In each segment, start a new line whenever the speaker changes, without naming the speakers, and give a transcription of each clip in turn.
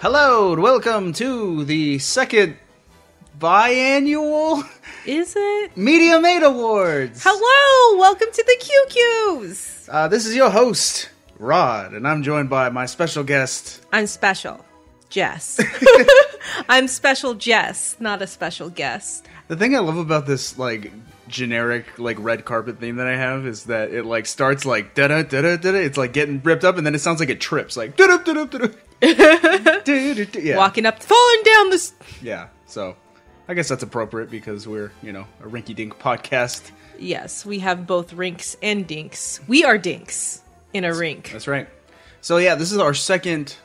Hello and welcome to the second biannual
Is it?
Media Made Awards.
Hello, welcome to the QQs.
Uh, this is your host, Rod, and I'm joined by my special guest.
I'm special, Jess. I'm special Jess, not a special guest.
The thing I love about this like generic like red carpet theme that I have is that it like starts like da da da da da. It's like getting ripped up, and then it sounds like it trips like da da da da da. Yeah,
Walking up, falling down this.
yeah. So. I guess that's appropriate because we're, you know, a rinky dink podcast.
Yes, we have both rinks and dinks. We are dinks in a rink.
That's right. So yeah, this is our second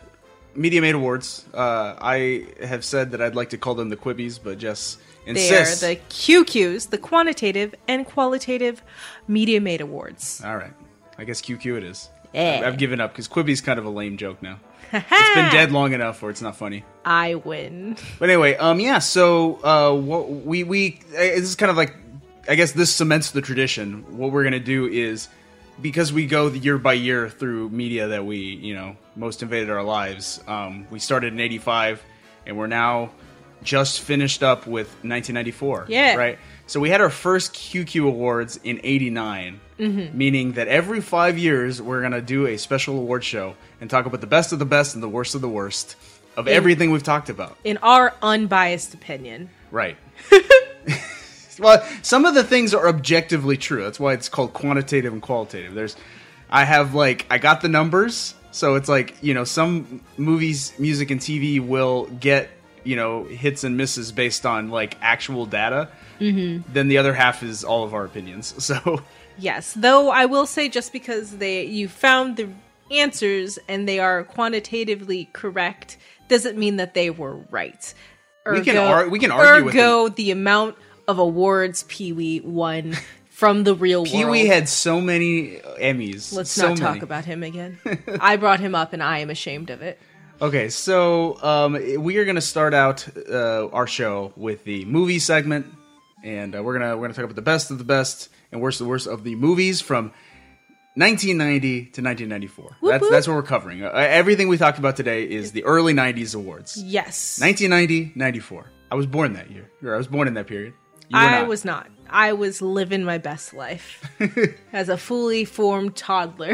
Media Made Awards. Uh, I have said that I'd like to call them the Quibbies, but Jess
They
insists.
are the QQs, the quantitative and qualitative media made awards.
All right, I guess QQ it is.
Yeah.
I've, I've given up because Quibby's kind of a lame joke now. It's been dead long enough, or it's not funny.
I win.
But anyway, um, yeah. So uh, what we we uh, this is kind of like I guess this cements the tradition. What we're gonna do is because we go the year by year through media that we you know most invaded our lives. Um, we started in '85, and we're now just finished up with 1994.
Yeah.
right. So we had our first QQ awards in '89, meaning that every five years we're gonna do a special award show and talk about the best of the best and the worst of the worst of everything we've talked about.
In our unbiased opinion.
Right. well, some of the things are objectively true. That's why it's called quantitative and qualitative. There's, I have like, I got the numbers, so it's like you know, some movies, music, and TV will get you know hits and misses based on like actual data. Mm-hmm. Then the other half is all of our opinions. So
Yes, though I will say just because they you found the answers and they are quantitatively correct doesn't mean that they were right.
We can ar- we can argue with
ergo the amount of awards Pee Wee won from the real
Pee
world.
Wee had so many Emmys.
Let's
so
not talk
many.
about him again. I brought him up and I am ashamed of it.
Okay, so um, we are going to start out uh, our show with the movie segment, and uh, we're gonna we're gonna talk about the best of the best and worst of the worst of the movies from 1990 to 1994. that's
whoop.
that's what we're covering. Uh, everything we talked about today is the early 90s awards.
Yes.
1990, 94. I was born that year. Or I was born in that period. You were
I
not.
was not. I was living my best life as a fully formed toddler.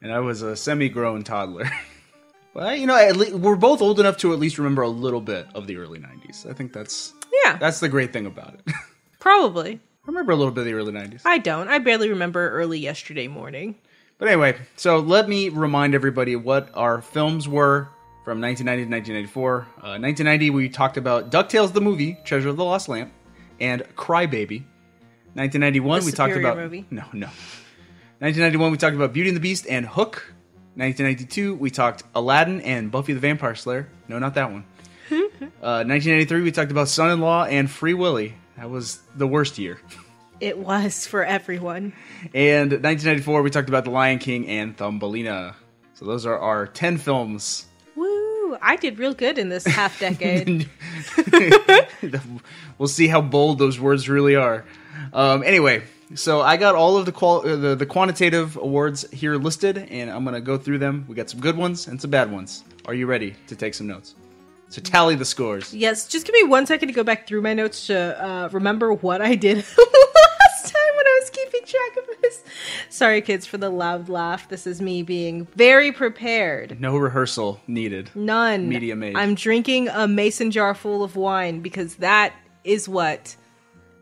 and I was a semi-grown toddler. well, you know, at le- we're both old enough to at least remember a little bit of the early 90s. I think that's
yeah.
that's the great thing about it.
probably.
I remember a little bit of the early 90s.
I don't. I barely remember early yesterday morning.
But anyway, so let me remind everybody what our films were from 1990 to 1994. Uh, 1990, we talked about DuckTales the movie, Treasure of the Lost Lamp, and Crybaby. 1991,
The
we talked
superior
about.
movie.
No, no. 1991, we talked about Beauty and the Beast and Hook. 1992, we talked Aladdin and Buffy the Vampire Slayer. No, not that one. uh, 1993, we talked about Son in Law and Free Willy. That was the worst year.
It was for everyone.
And 1994, we talked about The Lion King and Thumbelina. So those are our 10 films.
Woo! I did real good in this half decade.
we'll see how bold those words really are. Um, anyway, so I got all of the, qual- uh, the the quantitative awards here listed, and I'm gonna go through them. We got some good ones and some bad ones. Are you ready to take some notes? So tally the scores.
yes, just give me one second to go back through my notes to uh, remember what I did last time when I was keeping track of this. Sorry, kids, for the loud laugh. This is me being very prepared.
No rehearsal needed.
None.
Media made.
I'm drinking a mason jar full of wine because that is what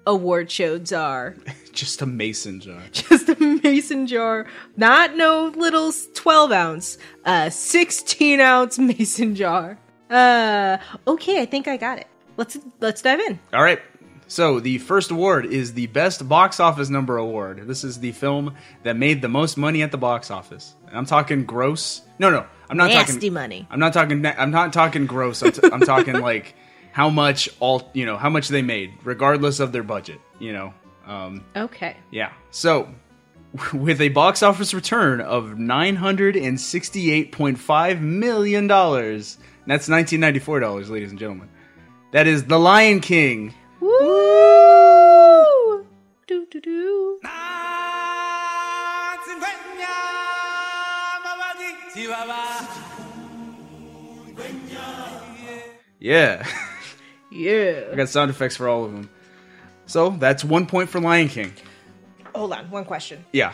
award shows are.
Just a mason jar.
just a mason jar, not no little s- 12 ounce, a 16 ounce mason jar. Uh, okay, I think I got it. Let's let's dive in.
All right. So the first award is the Best Box Office Number Award. This is the film that made the most money at the box office. And I'm talking gross. No, no, I'm not
Nasty
talking
money.
I'm not talking. na- I'm not talking gross. I'm, t- I'm talking like how much all you know how much they made, regardless of their budget. You know. Um,
Okay.
yeah. So, with a box office return of nine hundred and sixty-eight point five million dollars, that's nineteen ninety-four dollars, ladies and gentlemen. That is The Lion King.
Woo! Do do do.
Chihuahua.
Yeah. I
Yeah.
got sound effects for all of them. So that's one point for Lion King.
Hold on, one question.
Yeah.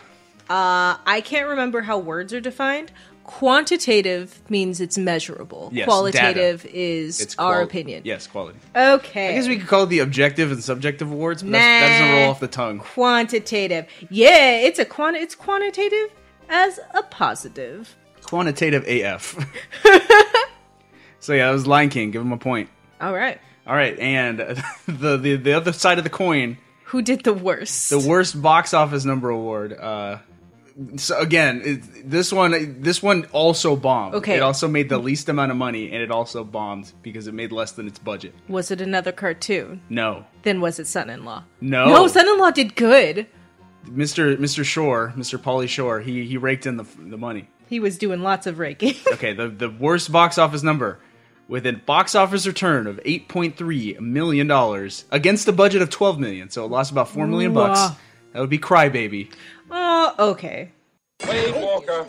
Uh, I can't remember how words are defined. Quantitative means it's measurable.
Yes,
Qualitative is our
qual-
opinion.
Yes, quality.
Okay.
I guess we could call it the objective and subjective awards, but that's, that doesn't
Nah.
roll off the tongue.
quantitative. Yeah, it's a quant. It's quantitative as a positive.
Quantitative AF. so yeah, that was Lion King. Give him a point.
All right.
All right, and uh, the, the the other side of the coin,
Who did the worst?
the worst box office number award. Uh, so again, it, this one this one also bombed.
Okay.
it also made the least amount of money, and it also bombed because it made less than its budget.
was it another cartoon?
No,
Then was it son-in-law?
No.
No, son-in-law did good.
Mr. Mr. Shore, Mr. Polly Shore, he he raked in the the money.
He was doing lots of raking.
Okay, the the worst box office number with a box office return of 8.3 million dollars against a budget of 12 million, so it lost about 4 million bucks.
Wow.
That would be Crybaby.
oh, okay.
Wade Walker,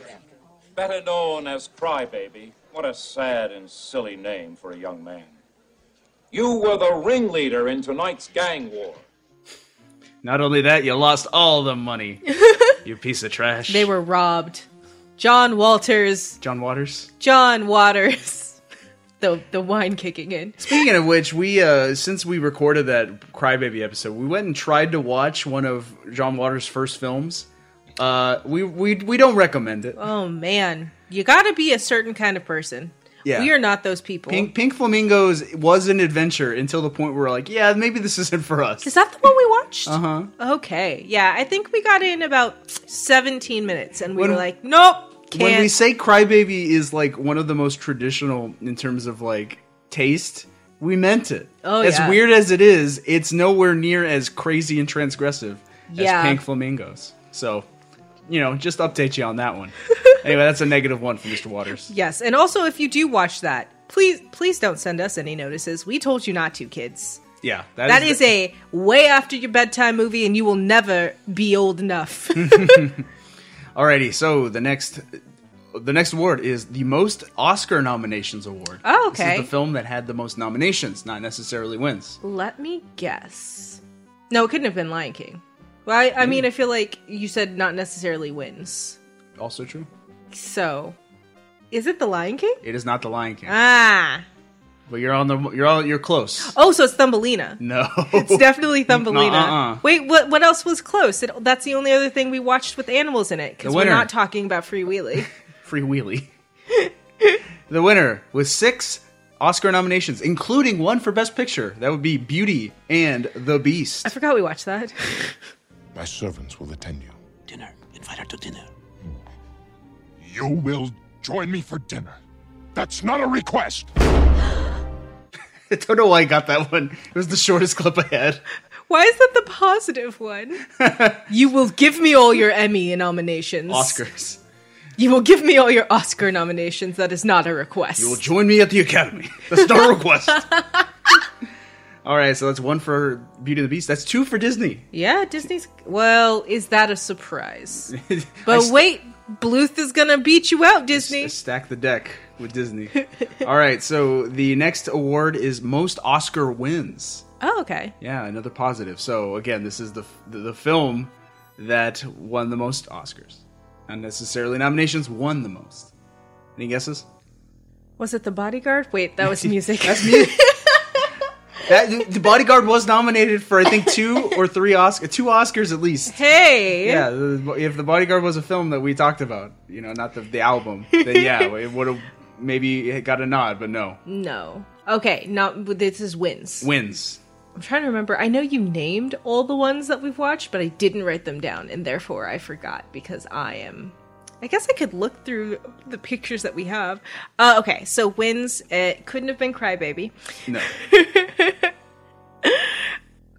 better known as Crybaby. What a sad and silly name for a young man. You were the ringleader in tonight's gang war.
Not only that, you lost all the money. you piece of trash.
They were robbed. John Walters.
John Waters.
John Waters. the the wine kicking in.
Speaking of which, we uh since we recorded that Crybaby episode, we went and tried to watch one of John Waters' first films. Uh, we we we don't recommend it.
Oh man, you got to be a certain kind of person.
Yeah.
We are not those people.
Pink, Pink Flamingos was an adventure until the point where like, yeah, maybe this isn't for us.
Is that the one we watched?
Uh-huh.
Okay. Yeah, I think we got in about 17 minutes and we
When-
were like, nope, can't.
When we say Crybaby is like one of the most traditional in terms of like taste, we meant it.
Oh,
as
yeah.
weird as it is, it's nowhere near as crazy and transgressive
Yeah.
as Pink Flamingos. So, you know, just update you on that one. anyway, that's a negative one for Mr. Waters.
yes, and also if you do watch that, please please don't send us any notices. We told you not to, kids.
Yeah,
That is a way after your bedtime movie and you will never be old enough.
Alrighty, so the next the next award is the most Oscar nominations award.
Oh,
This
okay.
is the film that had the most nominations, not necessarily wins.
Let me guess. No, it couldn't have been Lion King. Well, I, I mean, I feel like you said not necessarily wins.
Also true.
So, is it The Lion King?
It is not The Lion King,
Ah.
but you're on the you're all you're close.
Oh, so it's Thumbelina.
No,
It's definitely Thumbelina.
Nuh-uh-uh.
Wait, what? What else was close? It, that's the only other thing we watched with animals in it because
The
we're
winner.
not talking about Free Wheelie.
free wheelie. the winner with six Oscar nominations, including one for Best Picture. That would be Beauty and the Beast.
I forgot we watched that.
My servants will attend you.
Dinner. Invite her to dinner.
You will join me for dinner. That's not a request.
I don't know why I got that one. It was the shortest clip I had.
Why is that the positive one? you will give me all your Emmy nominations.
Oscars.
You will give me all your Oscar nominations. That is not a request.
Well, join me at the Academy. That's not a request. All right, so that's one for Beauty and the Beast. That's two for Disney.
yeah, Disney's. Well, is that a surprise?
I
But
st-
wait, Bluth is gonna beat you out, Disney.
I stack the deck with Disney. All right, so the next award is most Oscar wins.
Oh, okay.
Yeah, another positive. So again, this is the the, the film that won the most Oscars. Not necessarily nominations, won the most. Any guesses?
Was it The Bodyguard? Wait, that was music.
That's me. that the Bodyguard was nominated for I think two or three Oscar, two Oscars at least.
Hey.
Yeah, the, if the Bodyguard was a film that we talked about, you know, not the the album, then yeah, it would have maybe it got a nod, but no.
No. Okay, not this is wins.
Wins.
I'm trying to remember. I know you named all the ones that we've watched, but I didn't write them down, and therefore I forgot because I am. I guess I could look through the pictures that we have. Uh, okay, so wins. It couldn't have been Crybaby.
No.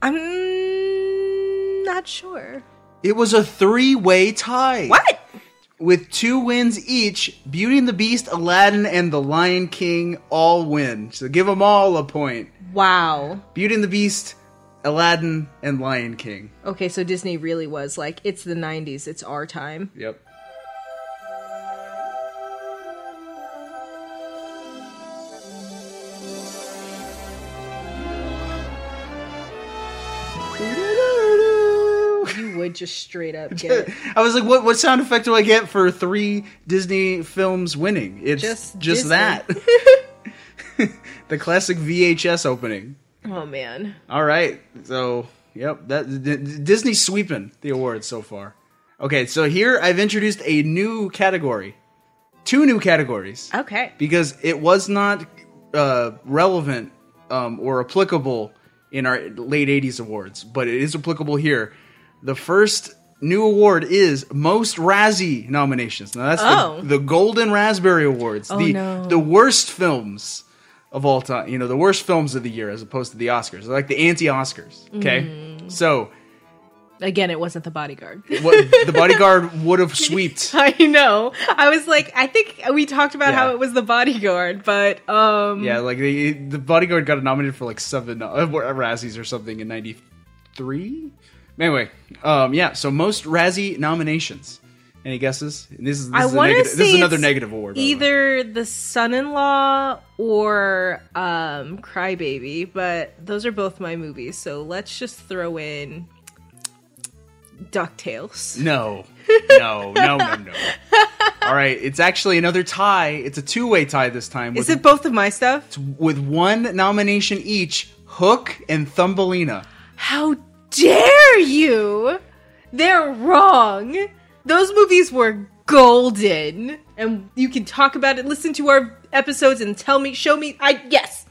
I'm not sure.
It was a three-way tie.
What?
with two wins each. Beauty and the Beast, Aladdin, and The Lion King all win. So give them all a point.
Wow.
Beauty and the Beast, Aladdin, and Lion King.
Okay, so Disney really was like, it's the 90s, it's our time.
Yep.
You would just straight up get it.
I was like, what what sound effect do I get for three Disney films winning? It's
Just
just,
Disney.
that. the classic VHS opening.
Oh man.
All right. So, yep, that D- D- Disney sweeping the awards so far. Okay, so here I've introduced a new category. Two new categories
Okay.
because it was not uh, relevant um, or applicable in our late 80s awards, but it is applicable here. The first new award is most Razzie nominations. Now, that's
Oh.
the, the Golden Raspberry Awards, the,
no.
the worst films of all time, you know, the worst films of the year as opposed to the Oscars, They're like the anti Oscars. Okay.
Mm.
So,
Again, it wasn't the bodyguard.
what the bodyguard would have sweeped.
I know. I was like, I think we talked about
Yeah.
how it was the bodyguard, but um
Yeah, like the the bodyguard got nominated for like seven uh, Razzies or something in '93. Anyway, um, yeah. So most Razzie nominations. Any guesses? And this is this
I
is, a
want to
negative-
say
this is another
it's
negative award. by the way.
Either the son-in-law or um, Crybaby, but those are both my movies. So let's just throw in Ducktales.
No, no, no, no, no. All right, it's actually another tie. It's a two way tie this time. With,
Is it both of my stuff?
with one nomination each? Hook and Thumbelina.
How dare you? They're wrong. Those movies were golden, and you can talk about it. Listen to our episodes and tell me, show me. I yes.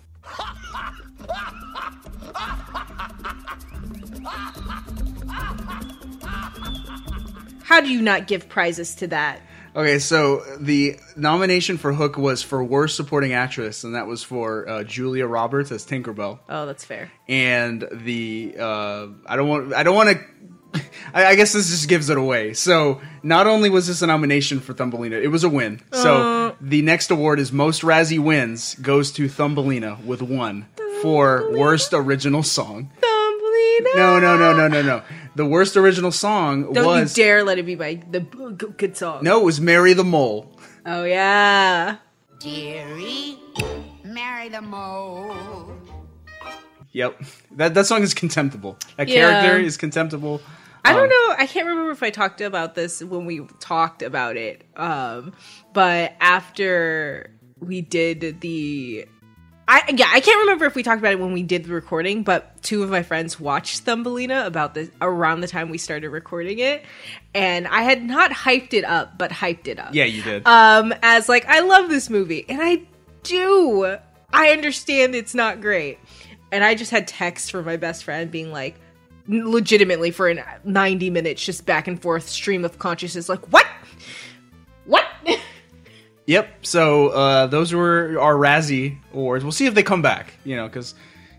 How do you not give prizes to that?
Okay, so the nomination for Hook was for worst supporting actress, and that was for uh, Julia Roberts as Tinkerbell.
Oh, that's fair.
and the uh, I don't want I don't want to. I, I guess this just gives it away. So not only was this a nomination for Thumbelina, it was a win.
Uh.
So the next award is most Razzie wins goes to Thumbelina with one for worst original song.
Thumbelina.
No, no, no, no, no, no. The worst original song
Don't
was
you dare let it be my the g- good song.
no, it was Mary the Mole.
Oh yeah.
Dearie, marry the mole.
Yep, that that song is contemptible. That
Yeah.
character is contemptible.
I
Um,
don't know. I can't remember if I talked about this when we talked about it. Um, but after we did the, I yeah, I can't remember if we talked about it when we did the recording. But two of my friends watched Thumbelina about this around the time we started recording it, and I had not hyped it up, but hyped it up
Yeah, you did.
um, as like I love this movie, and I do. I understand it's not great, and I just had texts from my best friend being like, legitimately for an ninety minutes, just back and forth stream of consciousness, like what, what?
Yep. So uh, those were our Razzie awards. We'll see if they come back. You know, because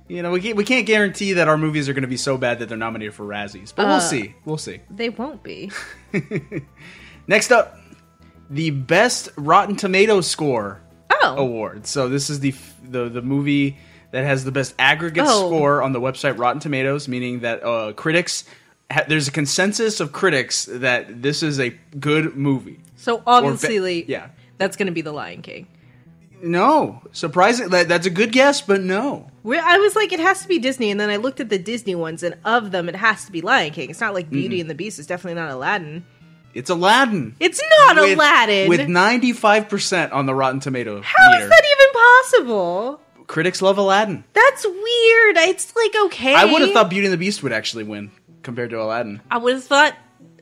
you know we can't, we can't guarantee that our movies are going to be so bad that they're nominated for Razzies.
Uh,
But we'll see. We'll see.
they won't be.
Next up, the best Rotten Tomato score
Oh,
award. So this is the f- the the movie that has the best aggregate
Oh.
score on the website Rotten Tomatoes, meaning that uh, critics. Ha- there's a consensus of critics that this is a good movie.
so
Or ba-
obviously,
yeah.
that's gonna be the Lion King.
No, surprising. That, that's a good guess, but no.
Where I was like, it has to be Disney, and then I looked at the Disney ones, and of them, it has to be Lion King. It's not like Beauty and the Beast. It's definitely not Aladdin.
It's Aladdin.
It's not
with,
Aladdin.
with 95% on the Rotten Tomato
How is
meter.
that even possible?
Critics love Aladdin.
That's weird. It's like okay.
I would have thought Beauty and the Beast would actually win compared to Aladdin.
I would have thought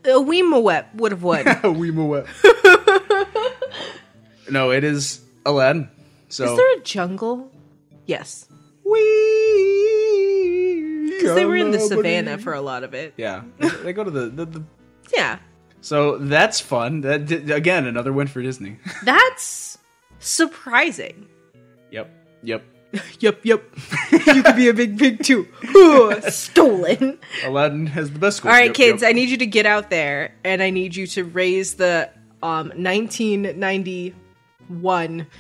a Weemawep would have won. Is
we move no, it is Aladdin. So
there a jungle? Yes,
we
because they were in the savannah for a lot of it. Yeah.
Yeah. They go to the, the, the So that's fun. That di- again another win for Disney.
that's surprising.
yep. Yep.
Yep, yep. you could be a big pig too. Ooh, Stolen.
Aladdin has the best score.
All right,
Yep,
kids.
yep.
I need you to get out there, and I need you to raise the um 1991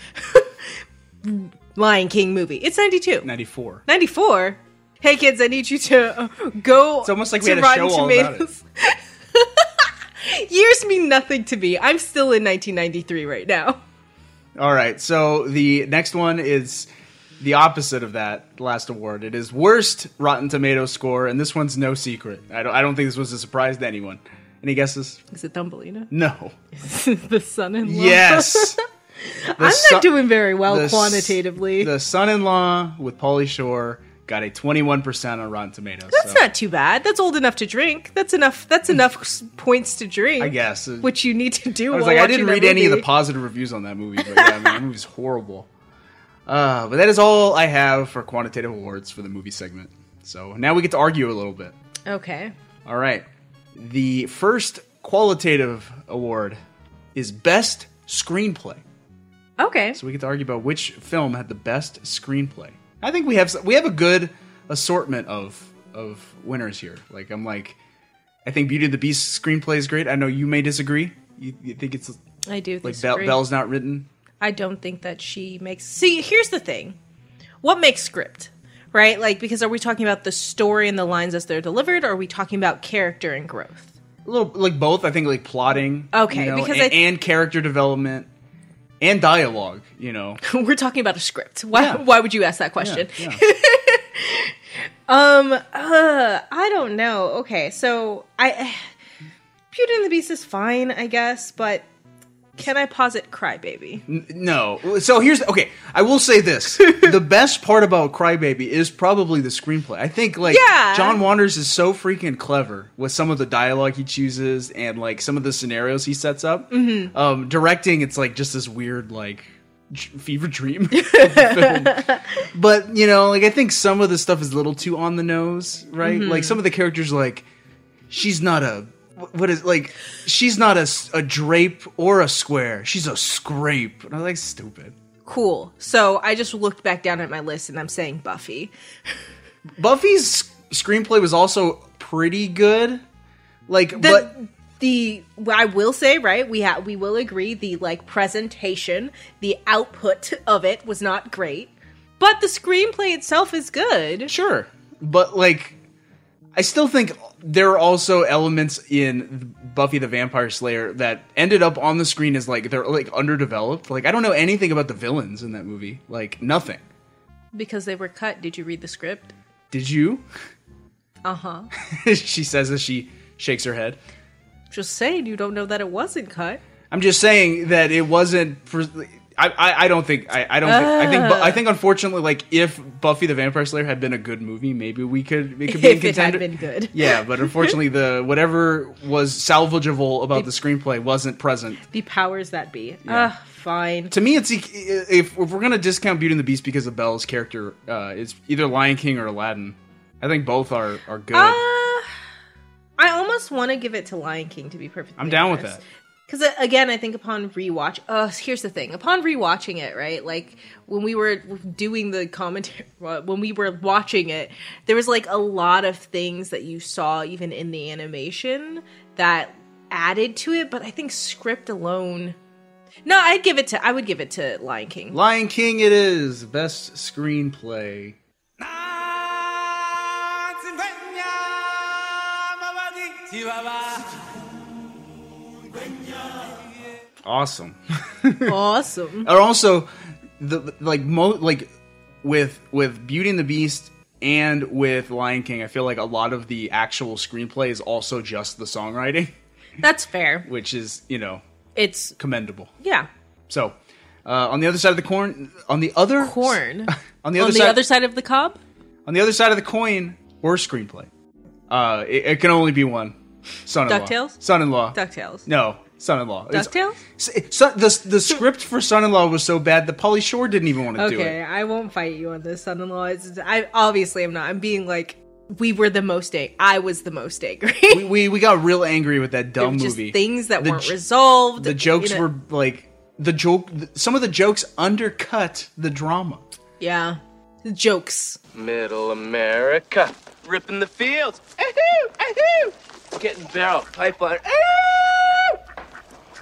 Lion King movie. It's 92.
94.
94 hey kids i need you to uh, go it's
almost like we had a show all about
years mean nothing to me i'm still in 1993 right now
All right. So the next one is the opposite of that last award. It is worst Rotten Tomato score, and this one's no secret. I don't, I don't think this was a surprise to anyone. Any guesses?
Is it Thumbelina?
No.
the son-in-law.
Yes.
I'm not doing very well quantitatively.
The son-in-law with Pauly Shore got a 21% on Rotten Tomatoes.
that's
so
not too bad. That's old enough to drink. That's enough. That's enough s- points to drink.
I guess.
Which you need to do.
I was
while
like, I
watching
didn't
that
read any of the
movie.
positive reviews on that movie, but yeah, I mean, that movie's horrible. Uh, but that is all I have for quantitative awards for the movie segment. So now we get to argue a little bit.
Okay.
All right. The first qualitative award is best screenplay.
Okay.
So we get to argue about which film had the best screenplay. I think we have s- we have a good assortment of of winners here. Like I'm like, I think Beauty and the Beast screenplay is great. I know you may disagree. You, you think it's
I do
like Bell,
disagree.
Bell's not written.
I don't think that she makes. See, here's the thing: what makes script, right? Like, because are we talking about the story and the lines as they're delivered, or are we talking about character and growth?
A little like both. I think like plotting.
Okay,
you know,
because
and,
I th-
and character development and dialogue. You know,
We're talking about a script. Why?
Yeah.
Why would you ask that question?
Yeah,
Uh, I don't know. Okay, so I, Beauty and the Beast is fine, I guess, but can I posit Crybaby?
No. So here's okay. I will say this: the best part about Crybaby is probably the screenplay. I think like
Yeah.
John Wanders is so freaking clever with some of the dialogue he chooses and like some of the scenarios he sets up. Mm-hmm. Um, directing, it's like just this weird like dr- fever dream. of the film. But you know, like I think some of the stuff is a little too on the nose, right? Like some of the characters, like she's not a wh- what is like she's not a, s- a drape or a square she's a scrape and i was like stupid
Cool. So I just looked back down at my list and I'm saying Buffy.
buffy's screenplay was also pretty good like
the,
but
the I will say right we ha- we will agree the like presentation the output of it was not great but the screenplay itself is good
sure but like i still think there are also elements in buffy the vampire slayer that ended up on the screen as like they're like underdeveloped like i don't know anything about the villains in that movie like nothing
because they were cut did you read the script
did you
uh-huh
she says as she shakes her head
just saying you don't know that it wasn't cut
I'm just saying that it wasn't. For, I, I I don't think I, I don't think, I think but I think
Ah.
unfortunately like if Buffy the Vampire Slayer had been a good movie maybe we could it could be a
if it had
contender.
been good
yeah, but unfortunately the whatever was salvageable about the screenplay wasn't present.
the powers that be ah fine
To me, it's if, if we're gonna discount Beauty and the Beast because of Belle's character, uh, it's either Lion King or Aladdin. I think both are are good.
uh, I almost want to give it to Lion King to be perfect.
I'm down with that.
Because uh, again, I think upon rewatch, uh, here's the thing: upon rewatching it, right? Like when we were doing the commentary, when we were watching it, there was like a lot of things that you saw even in the animation that added to it. But I think script alone, no, I'd give it to. I would give it to Lion King.
Lion King, it is best screenplay. Awesome.
awesome.
Or also the like mo like with with Beauty and the Beast and with Lion King, I feel like a lot of the actual screenplay is also just the songwriting,
That's fair.
which is you know
It's
commendable.
yeah,
So uh, on the other side of the corn, on the other
corn.
on the other
On the
side,
other side of the cob.
on the other side of the coin, or screenplay. Uh, it, it can only be one. Son-in-law.
DuckTales?
Son-in-law.
Ducktales.
No, son-in-law. It's-
Ducktales?
S- So, the the script for son-in-law was so bad that Polly Shore didn't even want to do
Okay,
it.
I won't fight you on this, son-in-law. It's, I obviously am not. I'm being like, we were the most angry. I was the most angry.
We, we we got real angry with that
There were
dumb
just
movie.
things that
The
weren't
j-
resolved.
the jokes
you know-
were like the joke. th- Some of the jokes undercut the drama.
yeah, The jokes.
Middle America. Ripping the fields. Ahoo! Ahoo! Getting barrel, pipeline. Ahoo!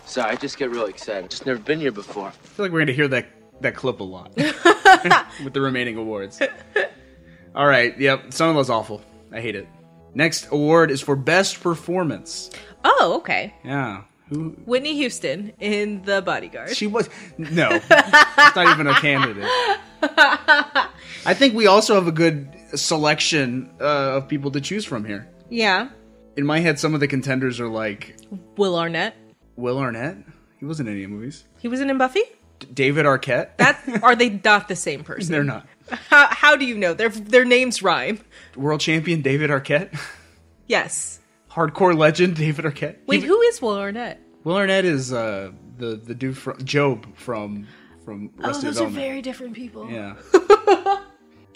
Sorry, I just get really excited. Just never been here before.
I feel like we're gonna hear that that clip a lot with the remaining awards. All right. Yep. Son-in-law's awful. I hate it. Next award is for best performance.
Oh, okay.
Yeah. Who?
Whitney Houston in The Bodyguard.
She was no. it's not even a candidate. I think we also have a good selection uh, of people to choose from here.
yeah.
In my head, some of the contenders are like
Will Arnett.
Will Arnett. He wasn't in any movies.
He was in, in Buffy?
D- David Arquette.
That are they not the same person?
They're not.
How, how do you know? Their their names rhyme.
World champion David Arquette.
Yes.
Hardcore legend David Arquette.
Wait,
He-
who is Will Arnett?
Will Arnett is uh, the the dude from Job from from
Oh,
Arrested
those are
Development.
very different people.
Yeah.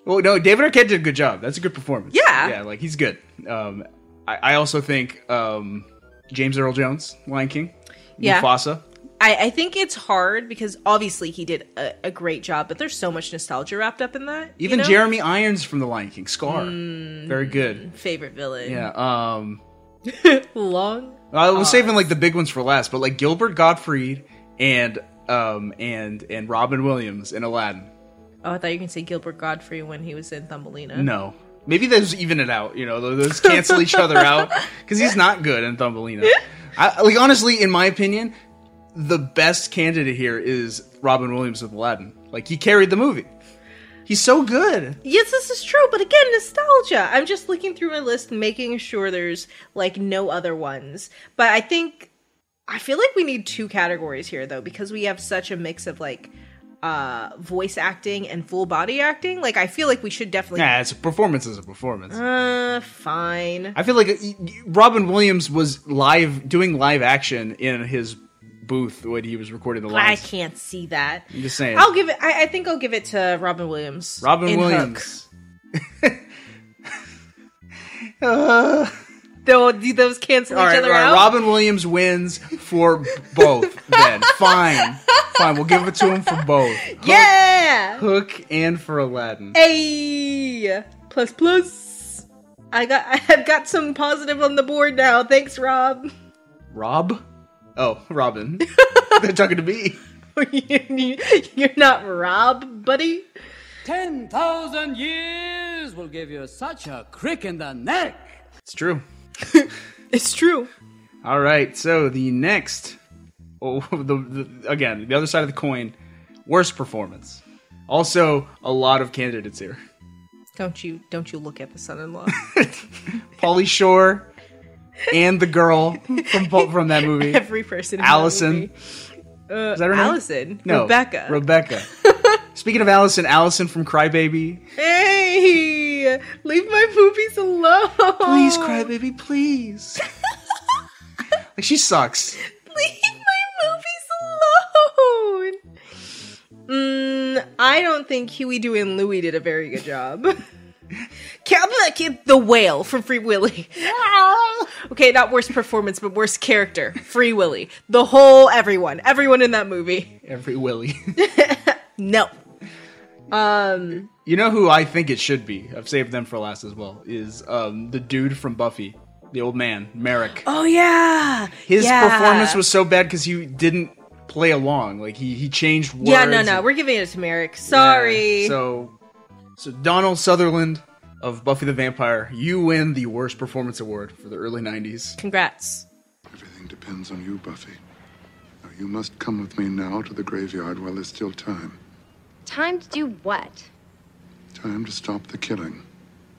well, no, David Arquette did a good job. That's a good performance.
Yeah.
Yeah, like he's good. Um, I, I also think um, James Earl Jones, Lion King,
Yeah.
Mufasa.
I, I think it's hard because obviously he did a, a great job, but there's so much nostalgia wrapped up in that. you
Even
know? Hmm.
Jeremy Irons from The Lion King, Scar. Very good.
favorite villain.
Yeah. Um,
Long.
I was saving like the big ones for last, but like Gilbert Gottfried and um, and and Robin Williams in Aladdin.
Oh, I thought you can say Gilbert Godfrey when he was in Thumbelina.
No. Maybe those even it out, you know, tho- those cancel each other out because he's not good in Thumbelina. I, like honestly, in my opinion, the best candidate here is Robin Williams with Aladdin. Like he carried the movie. He's so good.
Yes, this is true, but again, nostalgia. I'm just looking through my list, making sure there's like no other ones. But I think I feel like we need two categories here though, because we have such a mix of like uh voice acting and full body acting. Like I feel like we should definitely
Yeah, it's a performance is a performance.
uh fine.
I feel like he- he- Robin Williams was live doing live action in his booth when he was recording the
I
lines.
can't see that.
I'm just saying.
I'll give it I, I think I'll give it to Robin Williams.
Robin
in Hook.
Williams. Uh.
Though do those cancel
All
each
right,
other
all right.
out?
Robin Williams wins for both. then fine, fine. We'll give it to him for both. Hook-
yeah.
Hook and for Aladdin.
Hey, plus plus. I got I've got some positive on the board now. Thanks, Rob.
Rob? Oh, Robin. They're talking to me.
You're not Rob, buddy.
10,000 years will give you such a crick in the neck.
It's true.
It's true.
All right. So the next, oh, the, the again the other side of the coin, worst performance. Also, a lot of candidates here.
Don't you don't you look at the son-in-law?
Polly Shore and the girl from from that movie.
Every person. in that
Allison.
movie. Uh,
that her name?
Allison.
No,
Rebecca.
Rebecca. Speaking of Allison, Allison from Crybaby.
hey, leave my poopies alone.
Please, Crybaby, please. like she sucks.
leave my movies alone. Mm, I don't think Huey, Dewey, and Louie did a very good job. Count the kid, the whale from Free Willy. okay, not worst performance, but worst character. Free Willy. The whole everyone, everyone in that movie.
Every Willy.
No.
you know who I think it should be. I've saved them for last as well. Is um the dude from Buffy, the old man Merrick.
Oh yeah.
His
yeah.
performance was so bad because he didn't play along. Like he he changed words.
Yeah, no, no. We're giving it to Merrick. Sorry.
Yeah, So, so Donald Sutherland of Buffy the Vampire, you win the worst performance award for the early '90s.
Congrats.
Everything depends on you, Buffy. Now, you must come with me now to the graveyard while there's still time.
Time to do what?
Time to stop the killing,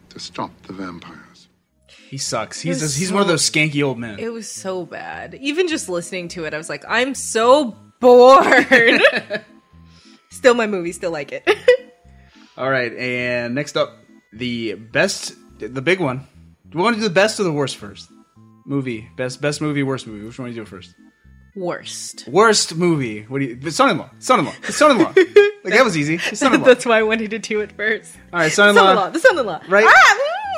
to stop the vampires.
He sucks. He's
was
just, he's one of
so-
those skanky old men.
It was so bad. Even just listening to it, I was like, I'm so bored. still, my movie, still like it.
All right, and next up, the best, the big one. Do we want to do the best or the worst first? Movie, best, best movie, worst movie. Which one do you do first?
Worst.
Worst movie. What do you? the Son-in-law, son-in-law, the son-in-law. like that was easy. The Son-in-law.
That's why I wanted to do it first.
All right,
Son in
son-in-law.
law, the son in law.
Right?
Ah,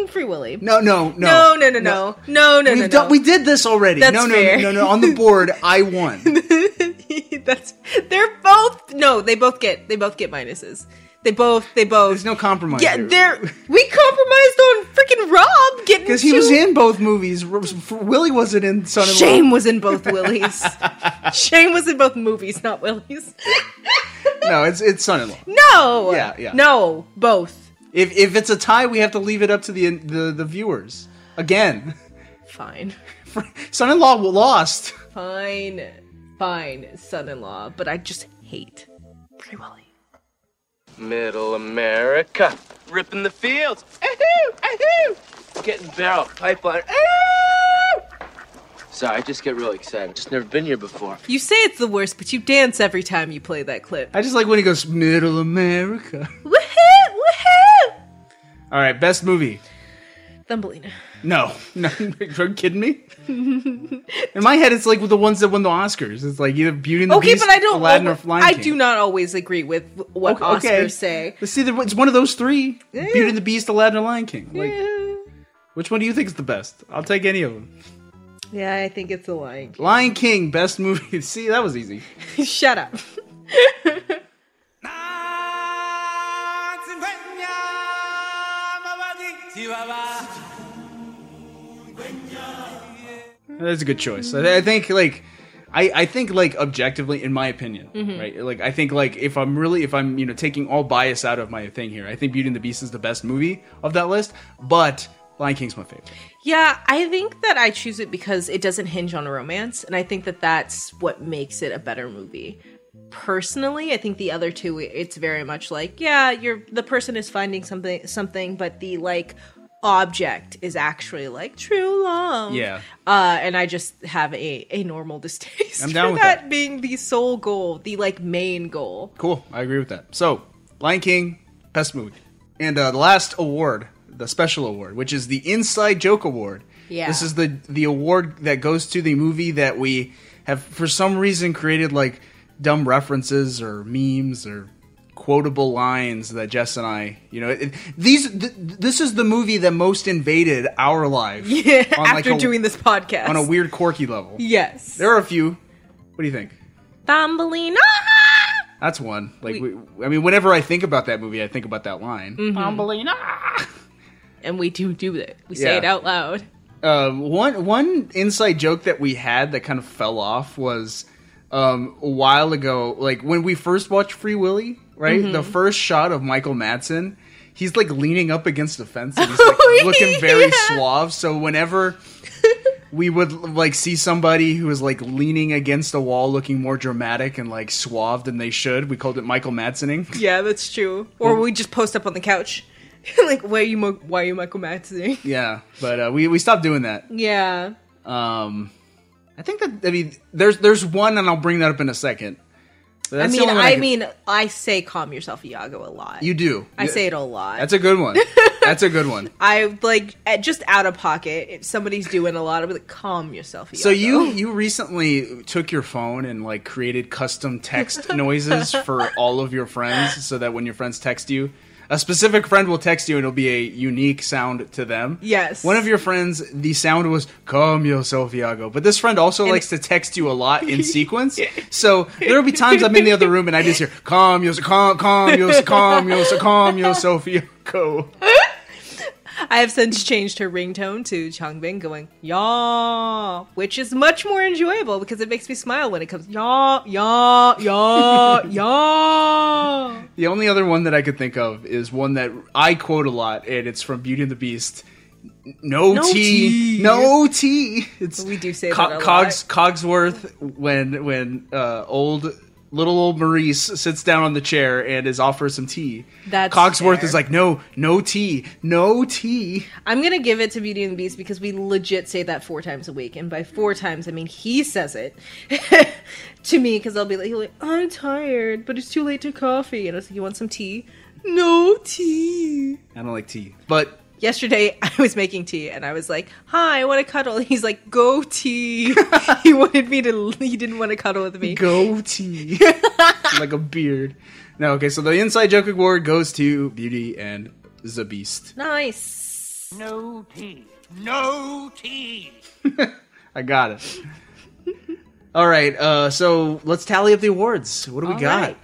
mm, Free Willy.
No, no, no,
no, no, no, no. No, no,
We've
no.
done,
no.
we did this already.
That's
no, no,
fair.
no, no, no. On the board, I won.
That's they're both no, they both get they both get minuses. They both they both
There's no compromise.
Yeah,
here.
they're we compromised on freaking Rob getting
because he was
two-
in both movies. R- Willie wasn't in Son-in-law.
Shame was in both Willies. Shame was in both movies, not Willies.
No, it's it's Son-in-law.
no.
Yeah, yeah.
No, both.
If if it's a tie, we have to leave it up to the the, the viewers again.
Fine.
Son-in-law lost.
Fine. Fine, son-in-law. But I just hate Pretty Willy.
Middle America. Ripping the fields. Ahoo! Ahoo! Getting barrel, pipeline. Ahoo! Sorry, I just get really excited. Just never been here before.
You say it's the worst, but you dance every time you play that clip.
I just like when he goes Middle America.
Woohoo! Woohoo!
All right, best movie.
Thumbelina.
No, no, are you kidding me? In my head, it's like with the ones that won the Oscars. It's like either Beauty and the
Okay,
Beast,
but I don't.
Aladdin, or
over-
Lion
I
King.
do not always agree with what
Okay, okay.
Oscars say.
But see, there- it's one of those three:
Yeah.
Beauty and the Beast, Aladdin, or Lion King. Like,
Yeah.
which one do you think is the best? I'll take any of them.
Yeah, I think it's a lying.
Lion King, best movie. See, that was easy.
Shut up.
That's a good choice. I, I think like I, I think like objectively in my opinion,
Mhm.
right? Like I think like if I'm really if I'm, you know, taking all bias out of my thing here, I think Beauty and the Beast is the best movie of that list, but Lion King's my favorite.
Yeah, I think that I choose it because it doesn't hinge on romance, and I think that that's what makes it a better movie. Personally, I think the other two, it's very much like, yeah, you're the person is finding something, something, but the like object is actually like true love.
Yeah.
Uh, and I just have a a normal distaste
I'm down
for
with
that, being the sole goal, the like main goal.
Cool. I agree with that. So, Lion King, best movie. And uh, the last award, the special award, which is the Inside Joke Award.
Yeah.
This is the the award that goes to the movie that we have for some reason created like dumb references or memes or quotable lines that Jess and I, you know, it, these th- this is the movie that most invaded our life.
Yeah,
on, like,
after
a-
doing this podcast.
on a weird quirky level.
Yes.
There are a few. What do you think?
Thumbelina!
That's one. Like we, I mean, whenever I think about that movie, I think about that line.
Thumbelina! And we do do it. We say
Yeah.
it out loud.
Um, one one inside joke that we had that kind of fell off was um, a while ago. Like when we first watched Free Willy, right?
Mhm.
The first shot of Michael Madsen, he's like leaning up against a fence and he's like looking very suave. So whenever we would like see somebody who was like leaning against a wall, looking more dramatic and like suave than they should, we called it Michael Madsening.
Yeah, that's true. Or
Well-
we just post up on the couch. like, why are you, Mo- why are you Michael Madsen?
Yeah, but uh, we we stopped doing that.
Yeah.
Um, I think that I mean there's there's one, and I'll bring that up in a second. But
I
that's the
mean,
only one
I,
can-
mean, I say calm yourself, Iago, a lot.
you do.
I say it a lot.
That's a good one. That's a good one.
I like at- just out of pocket. If somebody's doing a lot of it, like, calm yourself.
So
Iago.
you you recently took your phone and like created custom text noises for all of your friends, so that when your friends text you, a specific friend will text you and it'll be a unique sound to them.
Yes.
One of your friends, the sound was "Calm yourself, Iago," but this friend also
And-
likes to text you a lot in sequence. So there will be times I'm in the other room and I just hear "Calm yourself, calm, calm yourself, calm yourself, calm yourself, Iago."
I have since changed her ringtone to Changbin going yaw, which is much more enjoyable because it makes me smile when it comes yaw yaw yaw yaw.
The only other one that I could think of is one that I quote a lot, and it's from Beauty and the Beast. No,
No
tea,
tea.
no tea. It's
We do say
Co-
that a
Cogs Cogsworth when when uh, old little old Maurice sits down on the chair and is offered some tea.
That's
Cogsworth
fair.
is like, no, no tea, no tea.
lot. I'm gonna give it to Beauty and the Beast because we legit say that four times a week, and by four times I mean he says it to me because I'll be like, he'll be like, I'm tired, but it's too late to coffee, and I was like, you want some tea? No tea.
I don't like tea, but
yesterday I was making tea and I was like, "Hi, I want to cuddle." He's like, "Go tea." he wanted me to. He didn't want to cuddle with me.
goatee, like a beard. No, okay. So the inside joke award goes to Beauty and the Beast.
Nice.
No tea. No tea.
I got it. All right, uh, so let's tally up the awards. What do we
All
got?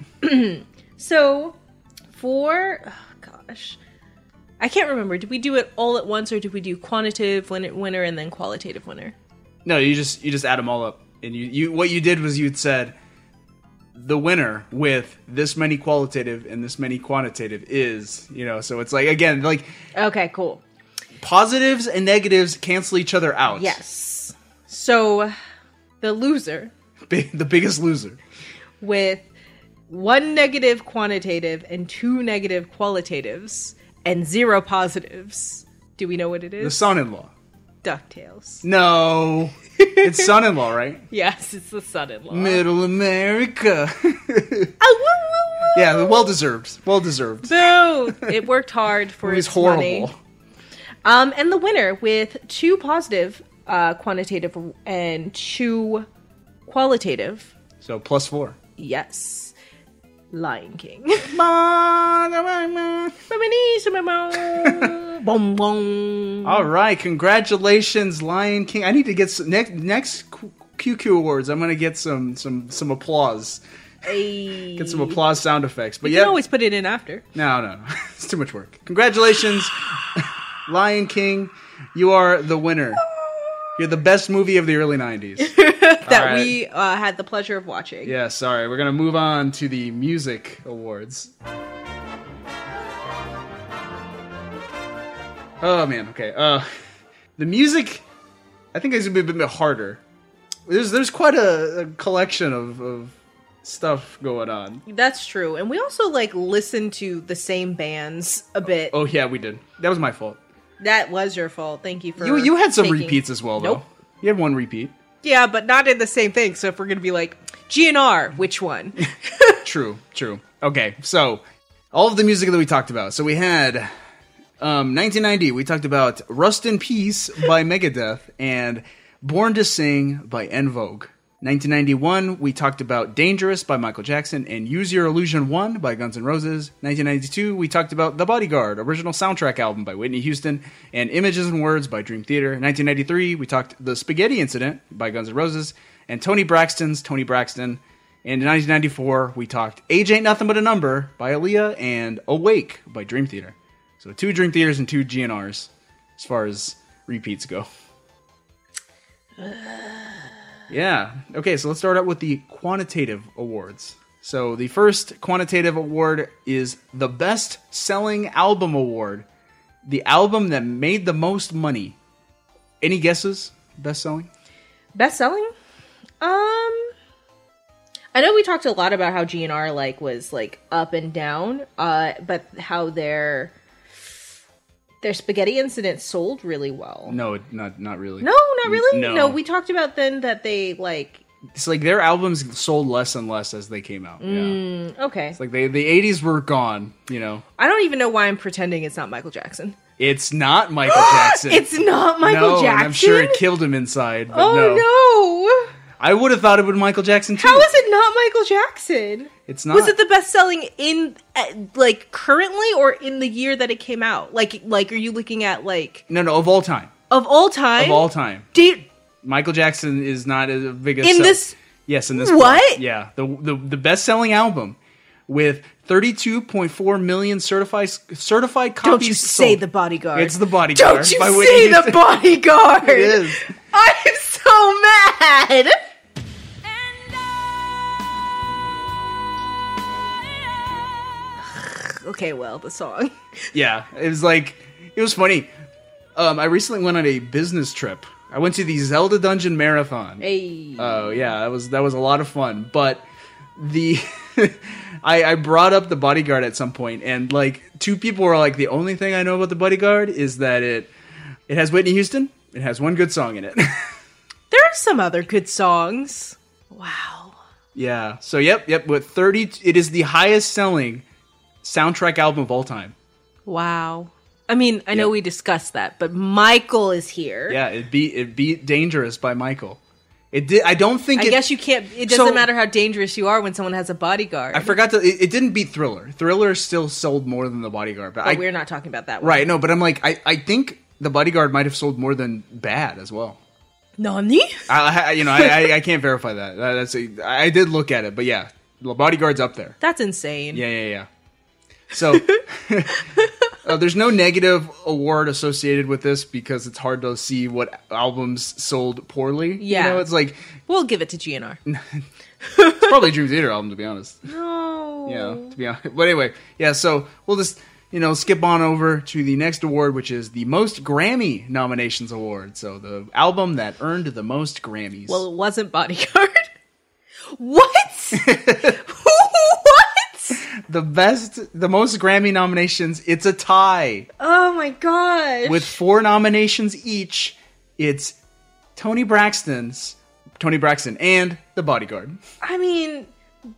So, for oh gosh, I can't remember. Did we do it all at once or did we do quantitative win- winner and then qualitative winner?
No, you just you just add them all up, and you, you what you did was you had said the winner with this many qualitative and this many quantitative is you know. So it's like again like
Okay, cool.
positives and negatives cancel each other out.
Yes. So the loser
Big, the biggest loser.
with one negative quantitative and two negative qualitatives and zero positives. Do we know what it is?
The son-in-law.
DuckTales.
No, it's son-in-law, right?
Yes, it's the son-in-law. Ah,
Middle America. yeah, well deserved. Well deserved.
Boo! It worked hard for
Movie's
its
horrible.
money. Um, and the winner with two positive uh, quantitative and two qualitative.
So plus four.
Yes. Lion King. Boom, boom.
All right, congratulations, Lion King. I need to get some, next next Q- QQ awards. I'm gonna get some some some applause.
Hey.
Get some applause sound effects. But
You
yeah,
can always put it in after.
no, no, no. it's too much work. Congratulations, Lion King. You are the winner. You're the best movie of the early '90s.
that
right.
we uh, had the pleasure of watching.
Yeah, sorry. We're gonna move on to the music awards. Oh man, okay. Uh, the music, I think is gonna be a bit harder. There's there's quite a, a collection of, of stuff going on.
That's true. And we also like listened to the same bands a bit.
Oh yeah, we did. That was my fault.
That was your fault. Thank you for
You you had some
taking-
repeats as well though.
Nope.
You had one repeat.
Yeah, but not in the same thing. So if we're gonna be like GNR, which one?
True, true. Okay, so all of the music that we talked about. So we had um, 1990. We talked about "Rust in Peace" by Megadeth and "Born to Sing" by En Vogue. 1991, we talked about "Dangerous" by Michael Jackson and "Use Your Illusion 1" by Guns N' Roses. 1992, we talked about "The Bodyguard" original soundtrack album by Whitney Houston and "Images and Words" by Dream Theater. 1993, we talked "The Spaghetti Incident" by Guns N' Roses and Tony Braxton's "Tony Braxton." And in 1994, we talked Age Ain't Nothing But a Number by Aaliyah and Awake by Dream Theater. So two Dream Theaters and two GNRs as far as repeats go. yeah. Okay, so let's start out with the quantitative awards. So the first quantitative award is the Best Selling Album Award, the album that made the most money. Any guesses? Best selling?
Best selling? Um I know we talked a lot about how GNR like was like up and down, uh, but how their their spaghetti incident sold really well.
No, not not really.
No, not really.
No.
we talked about then that they like
it's like their albums sold less and less as they came out. Yeah.
mm, okay.
It's like they the 80s were gone, you know.
I don't even know why I'm pretending it's not Michael Jackson.
It's not Michael Jackson.
It's not Michael
no,
Jackson.
And I'm sure it killed him inside, but
oh
no.
no.
I would have thought it would be Michael Jackson too.
How is it not Michael Jackson?
It's not.
Was it the best selling in uh, like currently or in the year that it came out? Like like are you looking at like
No, no, of all time.
of all time?
Of all time.
Did
Michael Jackson is not as big as
In
sell-
this-
Yes, in this
What?
part. Yeah, the the, the best selling album with 32.4 million certified certified copies.
don't you say
sold.
the bodyguard?
It's the bodyguard.
Don't you
by Whitney
say the
Houston.
bodyguard?
It is.
I am so mad. okay, well, the song.
Yeah, it was like it was funny. Um, I recently went on a business trip. I went to the Zelda Dungeon Marathon.
Hey.
Oh yeah, that was that was a lot of fun. But the I, I brought up the bodyguard at some point, and like two people were like, "The only thing I know about the bodyguard is that it it has Whitney Houston. It has one good song in it."
There are some other good songs. Wow.
yeah. So yep, yep. With thirty, it is the highest selling soundtrack album of all time.
Wow. I mean, I know we discussed that, but Michael is here.
Yeah, it beat it beat Dangerous by Michael. It did. I don't think.
I
it,
guess you can't. It doesn't
So-
matter how dangerous you are when someone has a bodyguard.
I forgot to. It, it didn't beat Thriller. Thriller still sold more than The Bodyguard, but,
but
I
we're not talking about that one.
right. No, but I'm like, I, I think The Bodyguard might have sold more than Bad as well.
Nani?
I, I you know, I, I, I can't verify that. That- That's a, I did look at it, but yeah, The Bodyguard's up there.
That's insane.
Yeah, yeah, yeah. So uh, there's no negative award associated with this because it's hard to see what albums sold poorly.
Yeah.
you know, it's like
We'll give it to GNR.
it's probably a Dream Theater album to be honest.
No.
Yeah, to be honest. But anyway, yeah. So we'll just you know, skip on over to the next award, which is the most Grammy nominations award. So the album that earned the most Grammys.
Well, it wasn't Bodyguard. what?
the best, the most Grammy nominations. It's a tie
Oh my gosh.
with four nominations each. It's Tony Braxton's, Tony Braxton, and The Bodyguard.
I mean,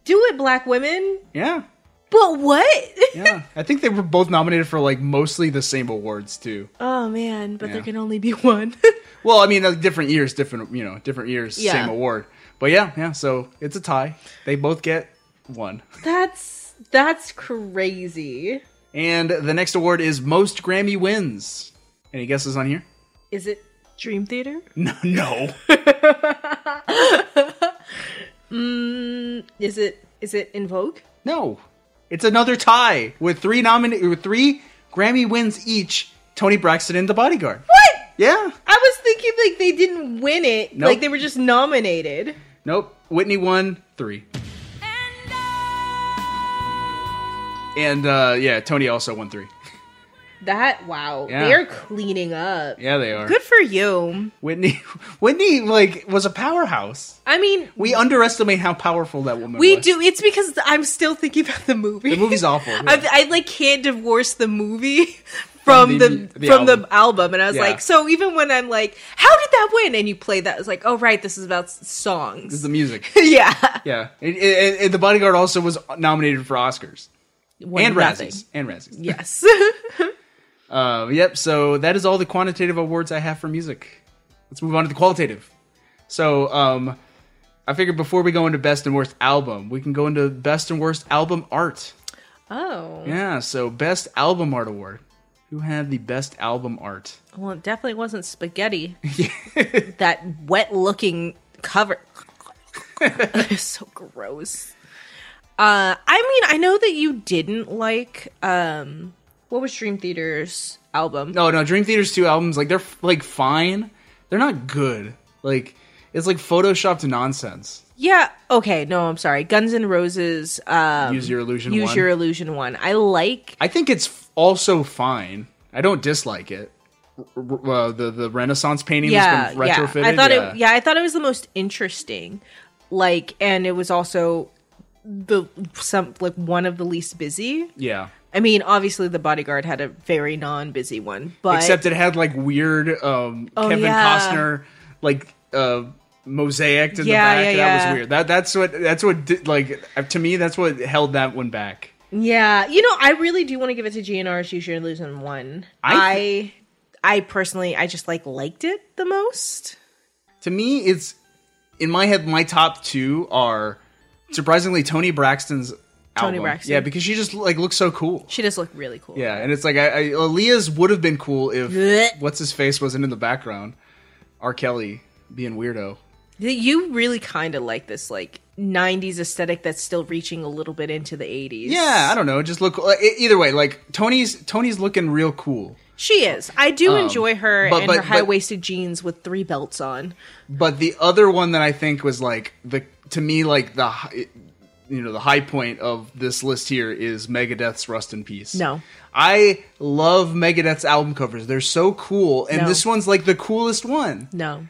do it, black women.
Yeah,
But what?
yeah. I think they were both nominated for like mostly the same awards too.
oh man, but there
Yeah.
can only be one.
Well, I mean, uh, different years, different you know, different years,
Yeah.
same award. But yeah, yeah. So it's a tie. They both get one.
that's that's crazy.
And the next award is most Grammy wins. Any guesses on here?
Is it Dream Theater?
No, no.
Mm, is it is it in Vogue?
No. It's another tie with three nomin- with three Grammy wins each. Tony Braxton and The Bodyguard.
What?
Yeah.
I was thinking like they didn't win it.
Nope.
Like they were just nominated.
Nope. Whitney won three. And uh, yeah, Tony also won three.
That wow.
Yeah.
They're cleaning up.
Yeah, they are.
Good for you.
Whitney, Whitney, like was a powerhouse.
I mean,
We underestimate how powerful that woman.
we
was.
do. It's because I'm still thinking about the movie.
The movie's awful. yeah.
I, I like can't divorce the movie from the,
the- the
from
album.
the album, and I was
Yeah.
like, so even when I'm like, how did that win? And you play that, I was like, oh right, this is about s-
This is
songs.
the music.
yeah,
Yeah, and, and- and the Bodyguard also was nominated for Oscars
One
and
nothing.
Razzies and Razzies.
Yes.
Uh, yep. So that is all the quantitative awards I have for music. Let's move on to the qualitative. So, um, I figured before we go into best and worst album, we can go into best and worst album art.
oh,
Yeah. So best album art award. Who had the best album art?
well, it definitely wasn't spaghetti. that wet looking cover. it's so gross. Uh, I mean, I know that you didn't like um, what was Dream Theater's album?
No, no. Dream Theater's two albums, like they're like fine. They're not good. Like it's like photoshopped nonsense.
Yeah. Okay. No, I'm sorry. Guns N' Roses. Um,
Use your illusion.
Use
one.
your illusion one. I like.
I think it's f- also fine. I don't dislike it. R- r- uh, the the Renaissance painting
Yeah.
that's been
Yeah.
retrofitted.
I thought it. Yeah. I thought it was the most interesting. Like, and it was also the some like one of the least busy.
Yeah.
I mean, obviously, the bodyguard had a very non-busy one, but
Except it had like weird um,
Oh,
Kevin
yeah.
Costner like uh, mosaic in
Yeah,
the back.
yeah,
that
yeah.
was weird. That that's what that's what did, like uh, to me that's what held that one back.
yeah, you know, I really do want to give it to GNR's Use Your Illusion one.
I
I, I personally, I just like liked it the most.
To me, it's in my head. My top two are surprisingly Tony Braxton's album.
Braxton.
Yeah, because she just like looks so cool.
She does look really cool.
Yeah, and it's like I, I Aaliyah's would have been cool if
Blech.
what's his face wasn't in the background. R. Kelly being weirdo.
Th- You really kind of like this like 90s aesthetic that's still reaching a little bit into the 80s.
Yeah, I don't know. Just look like, e- either way. Like Tony's Tony's looking real cool,
She is. I do enjoy her
Um, but-
and
but-
her
but-
high-waisted jeans with three belts on.
but the other one that I think was like the to me like the hi- you know the high point of this list here is Megadeth's Rust in Peace.
No.
I love Megadeth's album covers. They're so cool, and
No.
this one's like the coolest one.
No.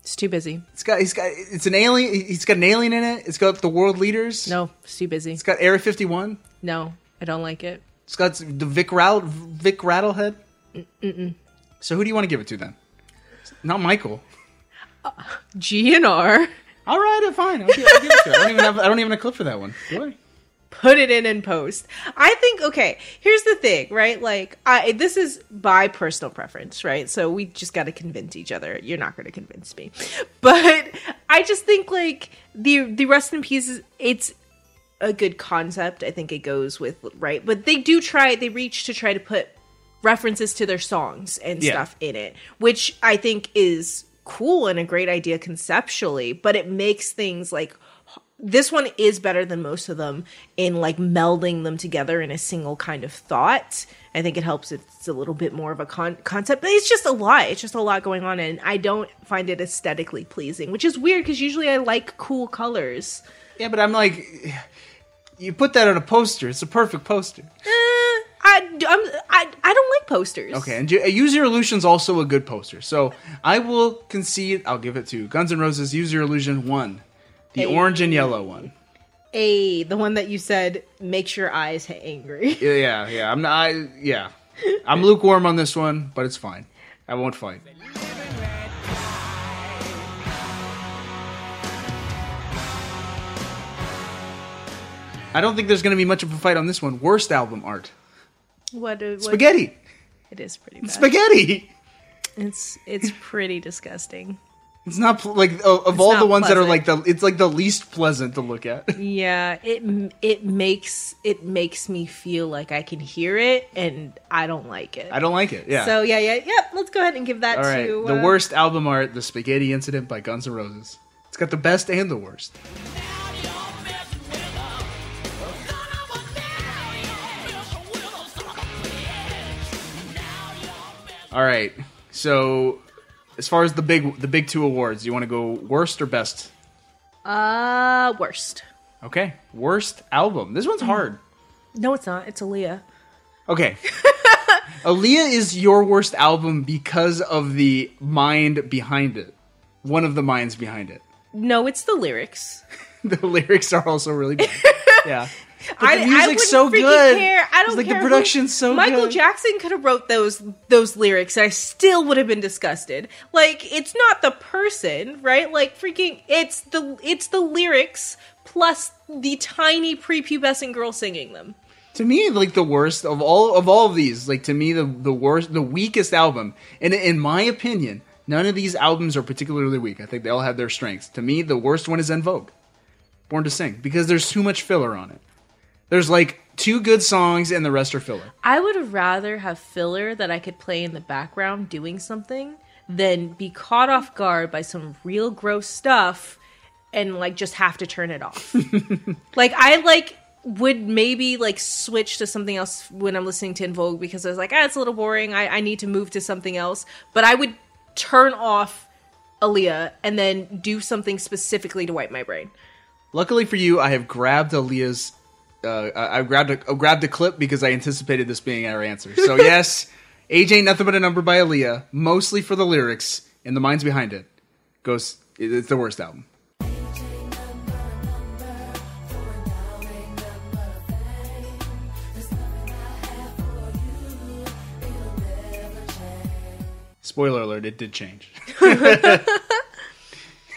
It's too busy.
It's got he's got it's an alien. He's got an alien in it. It's got the world leaders.
No, it's too busy.
It's got Area 51.
No, I don't like it.
It's got the Vic, Rattle, Vic Rattlehead. Mm-mm. So who do you want to give it to then? Not Michael.
GNR.
All right, uh, fine. I'll give, I'll give it to you. I don't even have. I don't even have a clip for that one. Do I?
put it in and post. I think okay, here's the thing, right? Like I this is by personal preference, right? So we just got to convince each other. You're not going to convince me. But I just think like the the rest in pieces it's a good concept. I think it goes with right, but they do try they reach to try to put references to their songs and
Yeah.
stuff in it, which I think is cool and a great idea conceptually, but it makes things like this one is better than most of them in like melding them together in a single kind of thought. I think it helps if it's a little bit more of a con- concept, but it's just a lot. It's just a lot going on, and I don't find it aesthetically pleasing, which is weird because usually I like cool colors.
Yeah, but I'm like, you put that on a poster. It's a perfect poster.
Eh, I I, I'm, I, I don't like posters.
Okay, and Ju- uh, Use Your Illusion's also a good poster. So I will concede, I'll give it to Guns N' Roses Use Your Illusion 1, the
Hey.
orange and yellow one.
A, the one that you said makes your eyes ha- angry.
Yeah, Yeah, yeah, I'm not, I, yeah. I'm lukewarm on this one, but it's fine. I won't fight. I don't think there's going to be much of a fight on this one. Worst album art.
What, a- what
Spaghetti.
It is pretty bad.
Spaghetti.
It's it's pretty disgusting.
It's not pl- like o- of
It's
all
not
the ones that are
pleasant.
like the it's like the least pleasant to look at.
Yeah, it m- it makes it makes me feel like I can hear it, and I don't like it.
I don't like it. Yeah.
So yeah, yeah, yeah. Let's go ahead and give that
all right.
to
the
uh,
worst album art, The Spaghetti Incident by Guns N' Roses. It's got the best and the worst. All right. So as far as the big the big two awards, you want to go worst or best?
Uh, worst.
Okay. Worst album. This
Hmm.
one's hard.
No, it's not. It's Aaliyah.
Okay. Aaliyah is your worst album because of the mind behind it. One of the minds behind it.
No, it's the lyrics.
The lyrics are also really bad. yeah. But
I,
the
I
music's
wouldn't
so
freaking
good.
Care. I don't
It's like the
care who-
production's so
Michael
good.
Jackson could have wrote those those lyrics, and I still would have been disgusted. Like it's not the person, right? Like freaking, it's the it's the lyrics plus the tiny prepubescent girl singing them.
to me, like the worst of all of all of these, like to me the the worst the weakest album. And in my opinion, none of these albums are particularly weak. I think they all have their strengths. To me, the worst one is En Vogue. Born to Sing. Because there's too much filler on it. There's like two good songs and the rest are filler.
I would rather have filler that I could play in the background doing something than be caught off guard by some real gross stuff and like just have to turn it off. like I like would maybe like switch to something else when I'm listening to In Vogue because I was like, ah, it's a little boring. I, I need to move to something else. But I would turn off Aaliyah and then do something specifically to wipe my brain.
Luckily for you, I have grabbed Aaliyah's. Uh, I I grabbed a I grabbed a clip because I anticipated this being our answer. So yes, "Age Ain't Nothing But a Number" by Aaliyah, mostly for the lyrics and the minds behind it, goes. it- It's the worst album. Spoiler alert: It did change.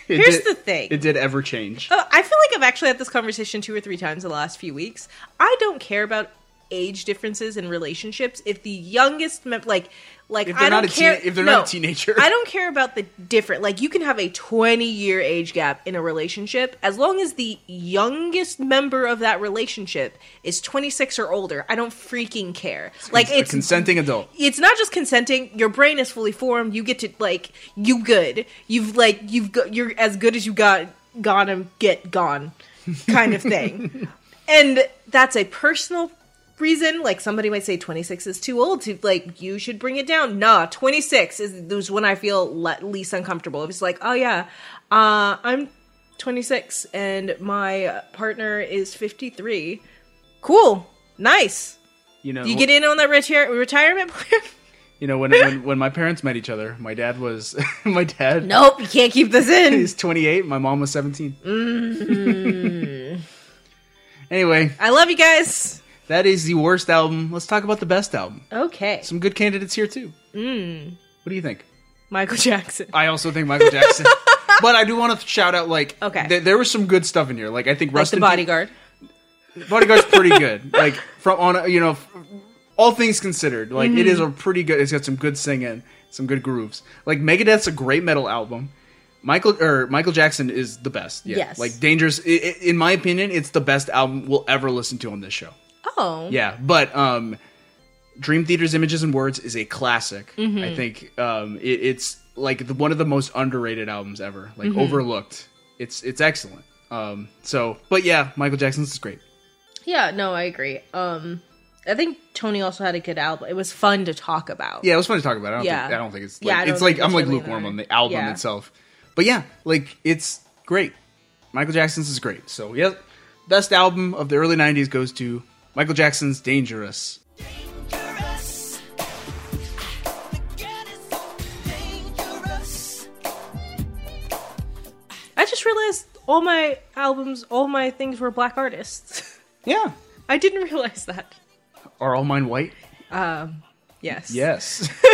It
Here's
did-
the thing.
It did ever change.
Uh, I feel like I've actually had this conversation two or three times in the last few weeks. I don't care about age differences in relationships if the youngest mem- like like
If
I
they're
don't
not a teen-
care
if they're
no.
not a teenager.
I don't care about the different like you can have a 20 year age gap in a relationship as long as the youngest member of that relationship is 26 or older. I don't freaking care. Like
a
it's
consenting adult.
it's not just consenting your brain is fully formed you get to like you good you've like you've got you're as good as you got gone and get gone kind of thing and that's a personal reason like somebody might say 26 is too old to like you should bring it down nah 26 is, is when i feel le- least uncomfortable if it's like oh yeah uh i'm 26 and my partner is 53 cool nice
You know,
you get in on that retire- retirement plan
You know, when, when when my parents met each other, my dad was my dad.
Nope, you can't keep this in.
He's 28. My mom was 17.
Mm-hmm.
Anyway,
I love you guys.
that is the worst album. Let's talk about the best album.
Okay.
Some good candidates here too.
Mm,
What do you think?
Michael Jackson.
I also think Michael Jackson. but I do want to shout out like
Okay.
th- there was some good stuff in here. Like I think
Like
Rust
the
in Peace-
bodyguard.
Bodyguard's pretty good. Like from on a- you know, f- all things considered, like it is a pretty good. It's got some good singing, some good grooves. Like Megadeth's a great metal album. Michael or Michael Jackson is the best. Yeah.
Yes.
Like Dangerous, i i in my opinion, it's the best album we'll ever listen to on this show.
Oh.
Yeah, but um, Dream Theater's Images and Words is a classic.
Mhm.
I think um, it, it's like the, one of the most underrated albums ever, like
Mhm.
overlooked. It's it's excellent. Um, so, but yeah, Michael Jackson's is great.
Yeah, no, I agree. Um I think Tony also had a good album. It was fun to talk about.
Yeah, it was fun to talk about. I don't
Yeah.
think I don't think it's like,
Yeah, I don't
it's like
think
I'm
it's
like
really
lukewarm
that.
on the album
Yeah.
itself. But yeah, like it's great. Michael Jackson's is great. So yeah, best album of the early '90s goes to Michael Jackson's "Dangerous."
just realized all my albums, all my things were black artists.
Yeah.
I didn't realize that.
Are all mine white?
Um, yes.
Yes.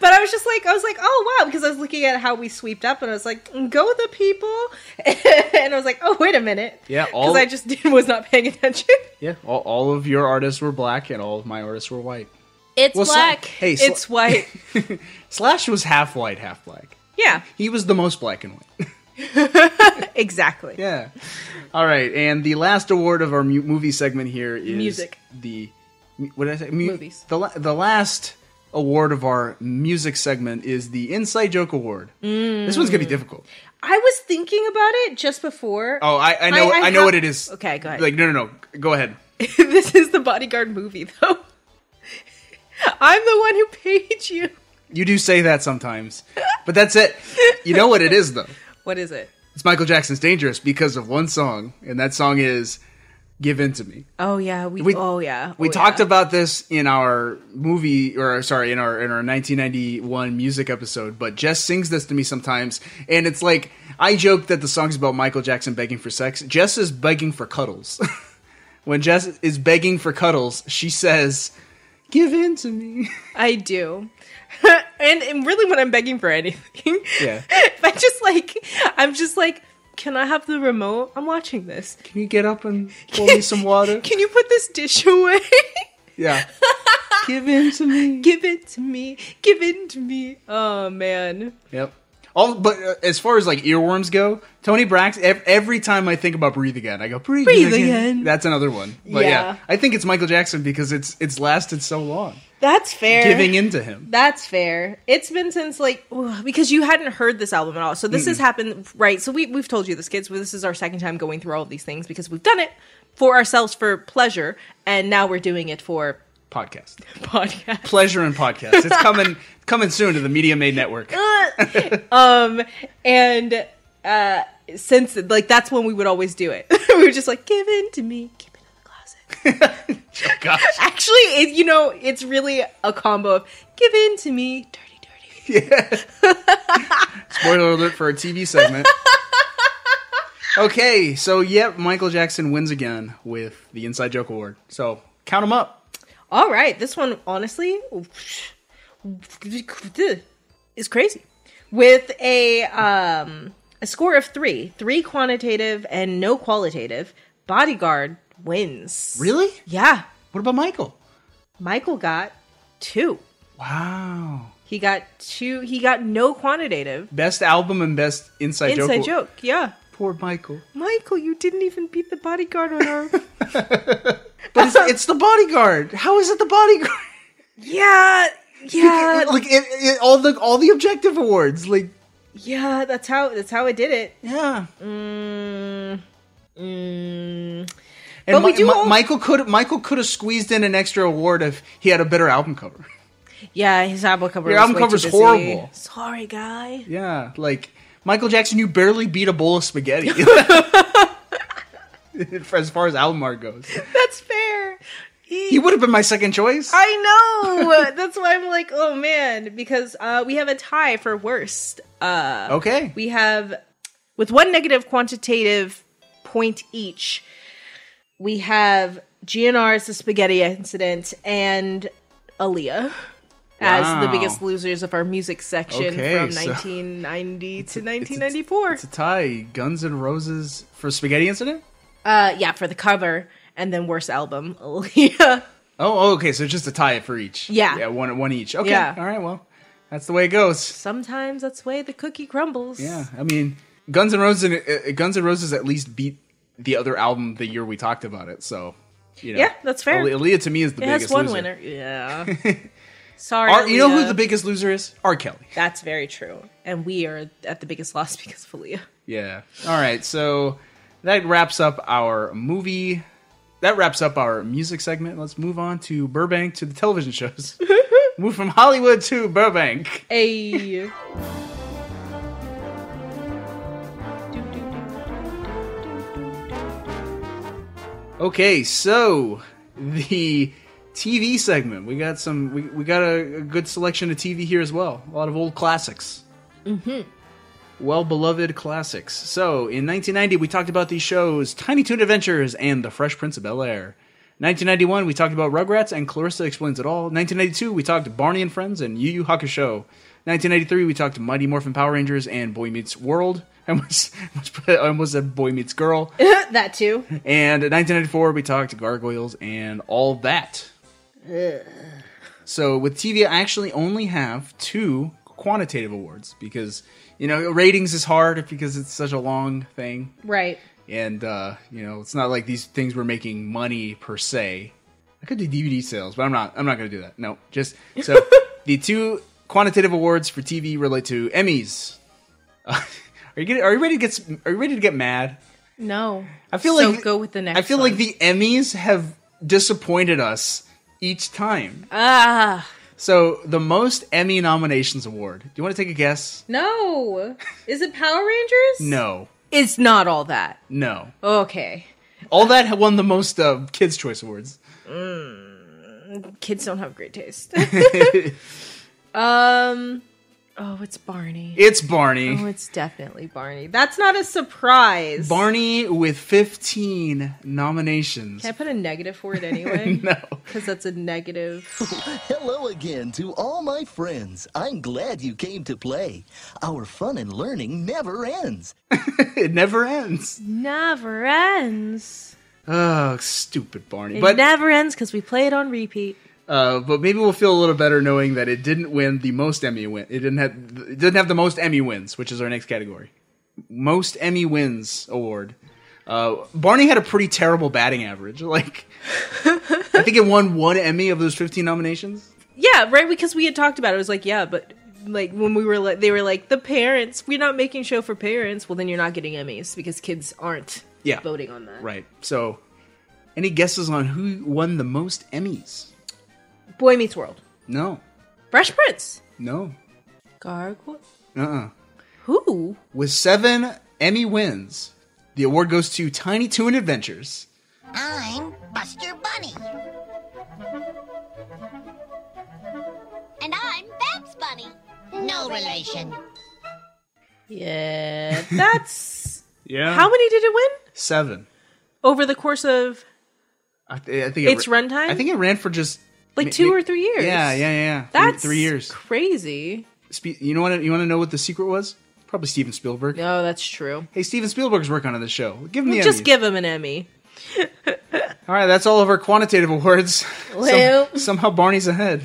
But I was just like, I was like, oh wow, because I was looking at how we sweeped up, and I was like, go the people, and I was like, oh wait a minute,
Yeah,
because
all
I just did, was not paying attention.
yeah, all, all of your artists were black and all of my artists were white.
It's
Well, Sla-
black.
hey, Sla-
it's white.
Slash was half white, half black.
Yeah,
He was the most black and white.
exactly.
Yeah. All right, and the last award of our mu- movie segment here is
Music.
The what did I say? Mu-
Movies.
The la- the last award of our music segment is the Inside Joke Award.
Mm.
This one's gonna be difficult.
I was thinking about it just before.
Oh, I, I know I,
I
know
have-
what it is.
Okay, go ahead.
Like no no no, go ahead.
this is the bodyguard movie, though. I'm the one who paid you.
You do say that sometimes, but that's it. You know what it is though.
What is it?
It's Michael Jackson's "Dangerous" because of one song, and that song is "Give In to Me."
Oh yeah, we.
We-
oh yeah,
We
oh,
talked
yeah.
about this in our movie, or sorry, in our in our 1991 music episode. But Jess sings this to me sometimes, and it's like I joke that the song's about Michael Jackson begging for sex. Jess is begging for cuddles. when Jess is begging for cuddles, she says, "Give in to me."
I do. and, and really, when I'm begging for anything,
Yeah.
if I just like, I'm just like, can I have the remote? I'm watching this.
Can you get up and pour me some water?
Can you put this dish away?
Yeah. Give in to me.
Give it to me. Give it to me. Oh man.
Yep. All, but uh, as far as like earworms go, Tony Brax. Ev- every time I think about "Breathe Again," I go "Breathe,
Breathe
again.
Again.
That's another one. But yeah.
Yeah.
I think it's Michael Jackson because it's it's lasted so long,
That's fair.
giving in to him.
That's fair. It's been since like ugh, because you hadn't heard this album at all. So this has happened right. So we we've told you this, kids. but This is our second time going through all of these things because we've done it for ourselves for pleasure, and now we're doing it for
Podcast,
podcast.
pleasure and podcast. It's coming coming soon to the Media Made Network.
um, and uh, since like that's when we would always do it. we were just like, give in to me, keep it in the closet.
Gosh,
Actually, it, you know, it's really a combo of give in to me, dirty, dirty.
spoiler alert for a TV segment. Okay, so yep, Michael Jackson wins again with the Inside Joke Award. So count them up.
All right, this one honestly is crazy. With a um a score of three, three quantitative and no qualitative, Bodyguard wins.
Really?
Yeah,
What about Michael?
Michael got two.
Wow.
He got two. He got no quantitative.
Best album and best inside, joke.
Inside joke, yeah.
Poor Michael.
Michael, you didn't even beat the bodyguard on our.
But it's, it's the bodyguard. How is it the bodyguard?
yeah, yeah,
like it, it, all the all the objective awards. Like
yeah. That's how. That's how I did it.
yeah.
Mm, mm.
And
But we
Mi-
do
Mi-
all-
Michael could Michael could have squeezed in an extra award if he had a better album cover.
Yeah, his album cover.
Your
was
album
way
cover's
too busy.
horrible.
Sorry, guy.
Yeah, like Michael Jackson, you barely beat a bowl of spaghetti. as far as album art goes,
That's fair.
he would have been my second choice.
I know. That's why I'm like, oh man, because uh, we have a tie for worst. Uh,
okay.
we have with one negative quantitative point each we have gnr's the spaghetti incident and aaliyah as the
Wow.
biggest losers of our music section
Okay,
from
so-
1990 to
it's a-
1994
It's a tie. Guns and Roses for Spaghetti Incident.
uh yeah for the cover and then worst album aaliyah
Oh, oh, okay. So just a tie for each.
Yeah.
Yeah, one one each. Okay.
Yeah.
All right. Well, that's the way it goes.
sometimes that's the way the cookie crumbles
Yeah. I mean, Guns N' Roses. uh, uh, Guns N' Roses at least beat the other album the year we talked about it. So. You know,
Yeah, that's fair.
Ali- Aaliyah to me is the
it
biggest
has one
loser.
winner yeah sorry
R- you know who
Aaliyah.
the biggest loser is? R. Kelly.
that's very true and we are at the biggest loss because of aaliyah
Yeah. All right. So that wraps up our movie. That wraps up our music segment. Let's move on to Burbank to the television shows. move from Hollywood to Burbank.
Ay.
Okay, so the TV segment. We got some. We, we got a, a good selection of TV here as well. A lot of old classics. well beloved classics. So, in 1990, we talked about these shows Tiny Toon Adventures and The Fresh Prince of Bel Air. 1991, we talked about Rugrats and Clarissa Explains It All. 1992, we talked Barney and Friends and Yu Yu Hakusho. 1983, we talked Mighty Morphin Power Rangers and Boy Meets World. I almost, I almost said Boy Meets Girl.
that too.
And in 1994, we talked Gargoyles and all that. So with TV, I actually only have two quantitative awards because you know ratings is hard because it's such a long thing,
Right.
and uh, you know it's not like these things were making money per se. I could do DVD sales, but I'm not. I'm not going to do that. No, just so the two quantitative awards for TV relate to Emmys. Uh, are you getting, Are you ready to get? s- Are you ready to get mad?
No.
I feel
So
like
go with the next.
I feel
one.
like the Emmys have disappointed us each time.
ah
So the most Emmy nominations award. Do you want to take a guess?
no. Is it Power Rangers?
No,
It's not all that.
no.
Oh. Okay.
All that had won the most uh, Kids Choice Awards.
Kids don't have great taste. um. Oh, it's Barney.
It's Barney.
Oh, it's definitely Barney. That's not a surprise.
Barney with 15 nominations.
Can I put a negative for it anyway?
no.
Because that's a negative.
Hello again to all my friends. I'm glad you came to play. Our fun and learning never ends.
it never ends.
Never ends.
Oh, stupid Barney.
It
But
never ends because we play it on repeat.
uh, but maybe we'll feel a little better knowing that it didn't win the most Emmy win. It didn't have it didn't have the most Emmy wins, which is our next category. Most Emmy wins award. Uh, Barney had a pretty terrible batting average. Like, I think it won one Emmy of those fifteen nominations.
Yeah, right. Because we had talked about it. It was like, yeah, but like when we were like, they were like, the parents. We're not making show for parents. Well, then you're not getting Emmys because kids aren't
Yeah.
voting on that.
Right. So, any guesses on who won the most Emmys?
Boy Meets World,
No.
Fresh Prince,
No.
Gargoyle.
Uh. uh
Who?
With seven Emmy wins, the award goes to Tiny Toon Adventures.
I'm Buster Bunny. And I'm Babs Bunny. No relation.
Yeah, that's
Yeah.
how many did it win
Seven.
over the course of
I, th- I think
its
it ra-
runtime?
I think it ran for just
like
ma-
two
ma-
or three years.
Yeah, yeah, yeah. Three-
That's
three, years.
Crazy.
Spe- you know what? You want to know what the secret was? Probably Steven Spielberg.
No, Oh, that's true.
Hey, Steven Spielberg's working on this show. Give him the
Just
Emmys.
give him an Emmy.
All right, that's all of our quantitative awards. Some-
Well.
somehow Barney's ahead.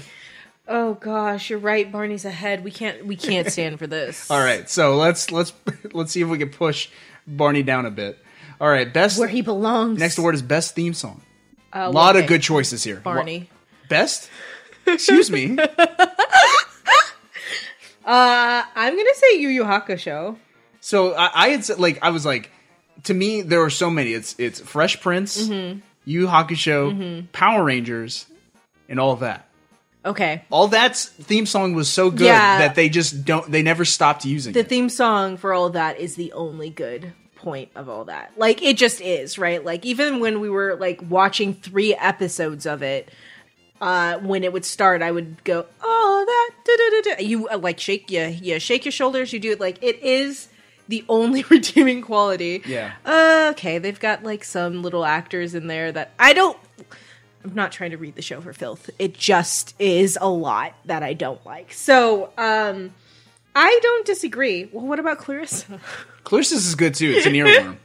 Oh gosh, you're right. Barney's ahead. We can't. We can't stand for this.
All right, so let's let's let's see if we can push Barney down a bit. All right, best where he
belongs.
Next award is best theme song.
A
A lot of good choices here.
Oh, Barney.
Wha- Best? Excuse me.
Uh, I'm gonna say Yu Yu Hakusho.
So I, I had said like I was like to me there were so many. It's it's Fresh Prince,
Mhm.
Yu Hakusho,
Mhm.
Power Rangers, and all that.
Okay,
All that's theme song was so good
Yeah.
that they just don't they never stopped using
the
it.
theme song for all that is the only good point of all that. Like it just is, right? Like even when we were like watching three episodes of it, uh, when it would start, I would go, "Oh, that da-da-da-da." you uh, like shake you, you shake your shoulders, you do it. Like it is the only redeeming quality.
Yeah.
Uh, Okay, they've got like some little actors in there that I don't. I'm not trying to read the show for filth. It just is a lot that I don't like. So, um, I don't disagree. Well, what about Clarissa?
Clarissa's is good too. It's an earworm.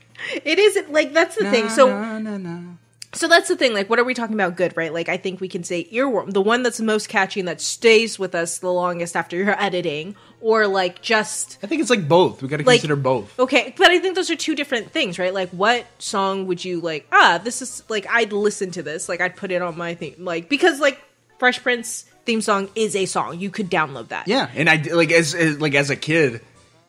it isn't like that's the thing.
Na,
So,
na, na, na.
so that's the thing. Like, what are we talking about? Good, right? Like, I think we can say earworm, the one that's most catchy and that stays with us the longest after you're editing, or like just
I think it's like both. We got to
Like-
consider both.
Okay, but I think those are two different things, right? Like, what song would you like? Ah, this is like I'd listen to this, like I'd put it on my theme, like because like Fresh Prince theme song is a song you could download that.
Yeah, and I d- like as, as like as a kid,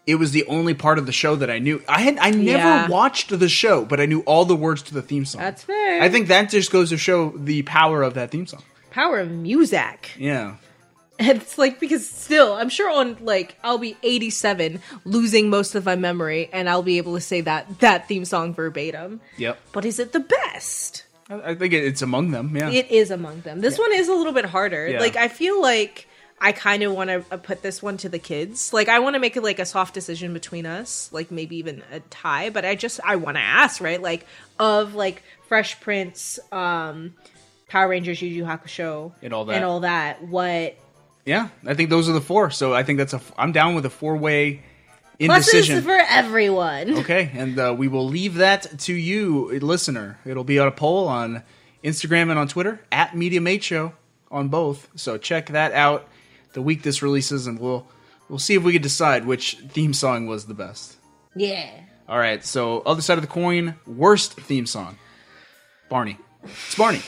it was the only part of the show that I knew. I had I never
Yeah.
watched the show, but I knew all the words to the theme song.
that's fair.
I think that just goes to show the power of that theme song.
power of music.
Yeah.
It's like because still, I'm sure on like I'll be 87, losing most of my memory, and I'll be able to say that that theme song verbatim.
Yep.
But is it the best?
I, I think it, it's among them. Yeah.
It is among them. This one is a little bit harder.
Yeah.
Like I feel like I kind of want to put this one to the kids. Like, I want to make it like a soft decision between us, like maybe even a tie. But I just I want to ask, right? Like, of like Fresh Prince, um, Power Rangers, Yu Yu Hakusho,
And all that.
and all that. What
Yeah, I think those are the four. So I think that's a. f- I'm down with a four way indecision.
pluses for everyone?
okay, and uh, we will leave that to you, listener. It'll be on a poll on Instagram and on Twitter at Media Mate Show on both. So check that out the week this releases, and we'll we'll see if we can decide which theme song was the best.
Yeah.
All right, so other side of the coin, worst theme song, Barney. It's Barney,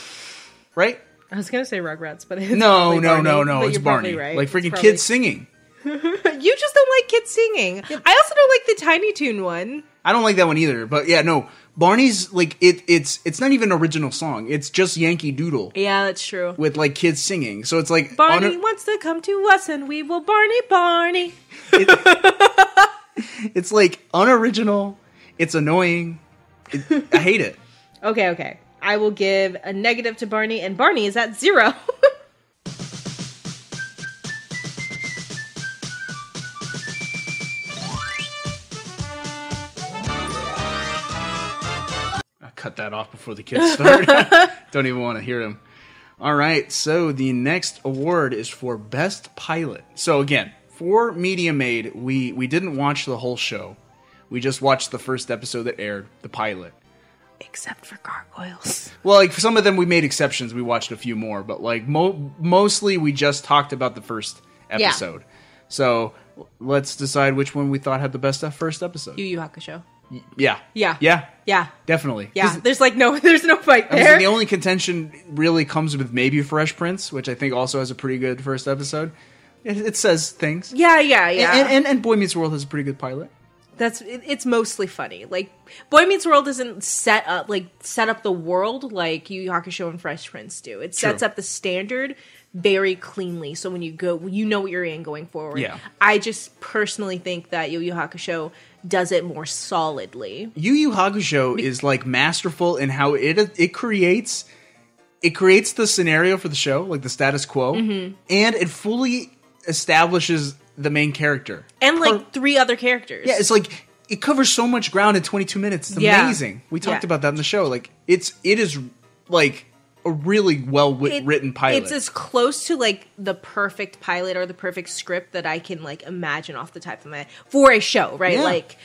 right?
I was gonna say Rugrats, but it's
no,
probably
no,
Barney,
no, no,
but
It's
you're probably
Barney.
right.
Like
It's
freaking
probably-
kids singing.
you just don't like kids singing. I also don't like the Tiny Toon one.
I don't like that one either. But yeah, no, Barney's like it. It's it's not even an original song. It's just Yankee Doodle
Yeah, that's true.
with like kids singing. So it's like on
Barney
a-
wants to come to us, and we will Barney Barney.
it's like unoriginal. It's annoying. It, I hate it.
Okay, okay. I will give a negative to Barney, and Barney is at zero.
I cut that off before the kids start. don't even want to hear them. All right, so the next award is for best pilot. So again, for Media Made, we we didn't watch the whole show. We just watched the first episode that aired, the pilot.
Except for gargoyles.
Well, like for some of them, we made exceptions. We watched a few more, but like mo- mostly, we just talked about the first
Yeah.
episode. So let's decide which one we thought had the best uh, first episode.
Yu Yu Hakusho.
Yeah,
Yeah.
yeah,
Yeah.
definitely.
Yeah.
'Cause
There's like no there's no fight
I was saying
there.
the only contention really comes with maybe Fresh Prince, which I think also has a pretty good first episode. It, it says things.
yeah, yeah, yeah.
And, and and Boy Meets World has a pretty good pilot.
that's it, it's mostly funny. Like Boy Meets World doesn't set up like set up the world like Yu Yu Hakusho and Fresh Prince do. It sets
True.
up the standard very cleanly. So when you go, you know what you're in going forward.
Yeah.
I just personally think that Yu Yu Hakusho does it more solidly.
Yu Yu Hakusho is like masterful in how it it creates it creates the scenario for the show, like the status quo,
Mhm.
and it fully establishes the main character.
And like three other characters.
Yeah, it's like it covers so much ground in 22 minutes. It's
Yeah.
amazing. We talked
Yeah.
about that in the show. Like it's it is like a really well
It-
written pilot.
It's as close to like the perfect pilot or the perfect script that I can like imagine off the top of my for a show, right?
Yeah.
Like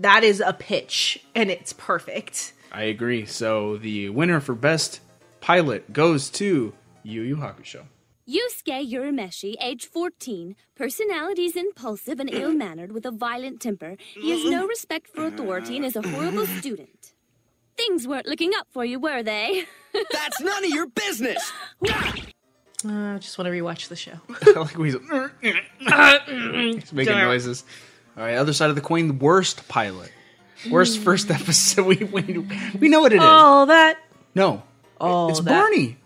that is a pitch and it's perfect.
I agree. So the winner for best pilot goes to Yu Yu Hakusho.
Yusuke Urameshi, age 14, personality is impulsive and ill mannered with a violent temper. He has no respect for authority and is a horrible student. Things weren't looking up for you, were they? That's none of your business!
Uh, I just want to rewatch the show.
I like "Mm, when he's-
Uh, mm,
It's making
Darn.
noises. All right, other side of the coin, the worst pilot, worst
Mm.
first episode. We we, we know what it is.
All that.
No,
All
it's
Oh, that.
Barney.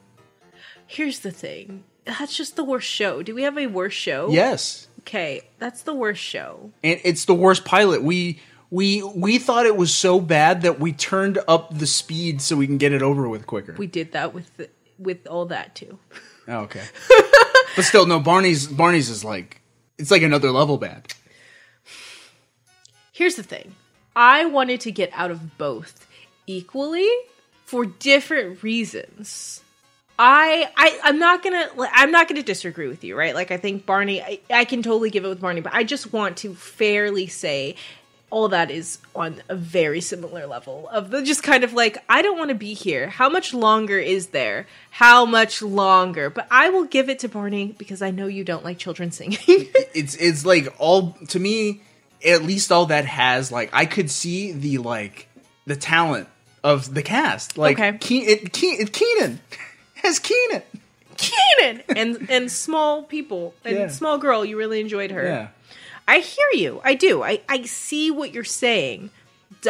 Here's the thing. That's just the worst show. Do we have a worse show?
Yes,
Okay, that's the worst show.
and it's the worst pilot. We we we thought it was so bad that we turned up the speed so we can get it over with quicker.
We did that with the, with all that too.
oh, okay, but still, no. Barney's Barney's is like it's like another level bad.
Here's the thing. I wanted to get out of both equally for different reasons. I, I I'm not gonna like, I'm not gonna disagree with you, right? Like I think Barney, I, I can totally give it with Barney, but I just want to fairly say all that is on a very similar level of the just kind of like I don't want to be here. How much longer is there? How much longer? But I will give it to Barney because I know you don't like children singing.
it's it's like all to me at least all that has like i could see the like the talent of the cast like
Okay.
Ke- it, Ke- it keenan has keenan
Keenan and and small people and
Yeah.
small girl. You really enjoyed her.
yeah
I hear you. I do. I I see what you're saying.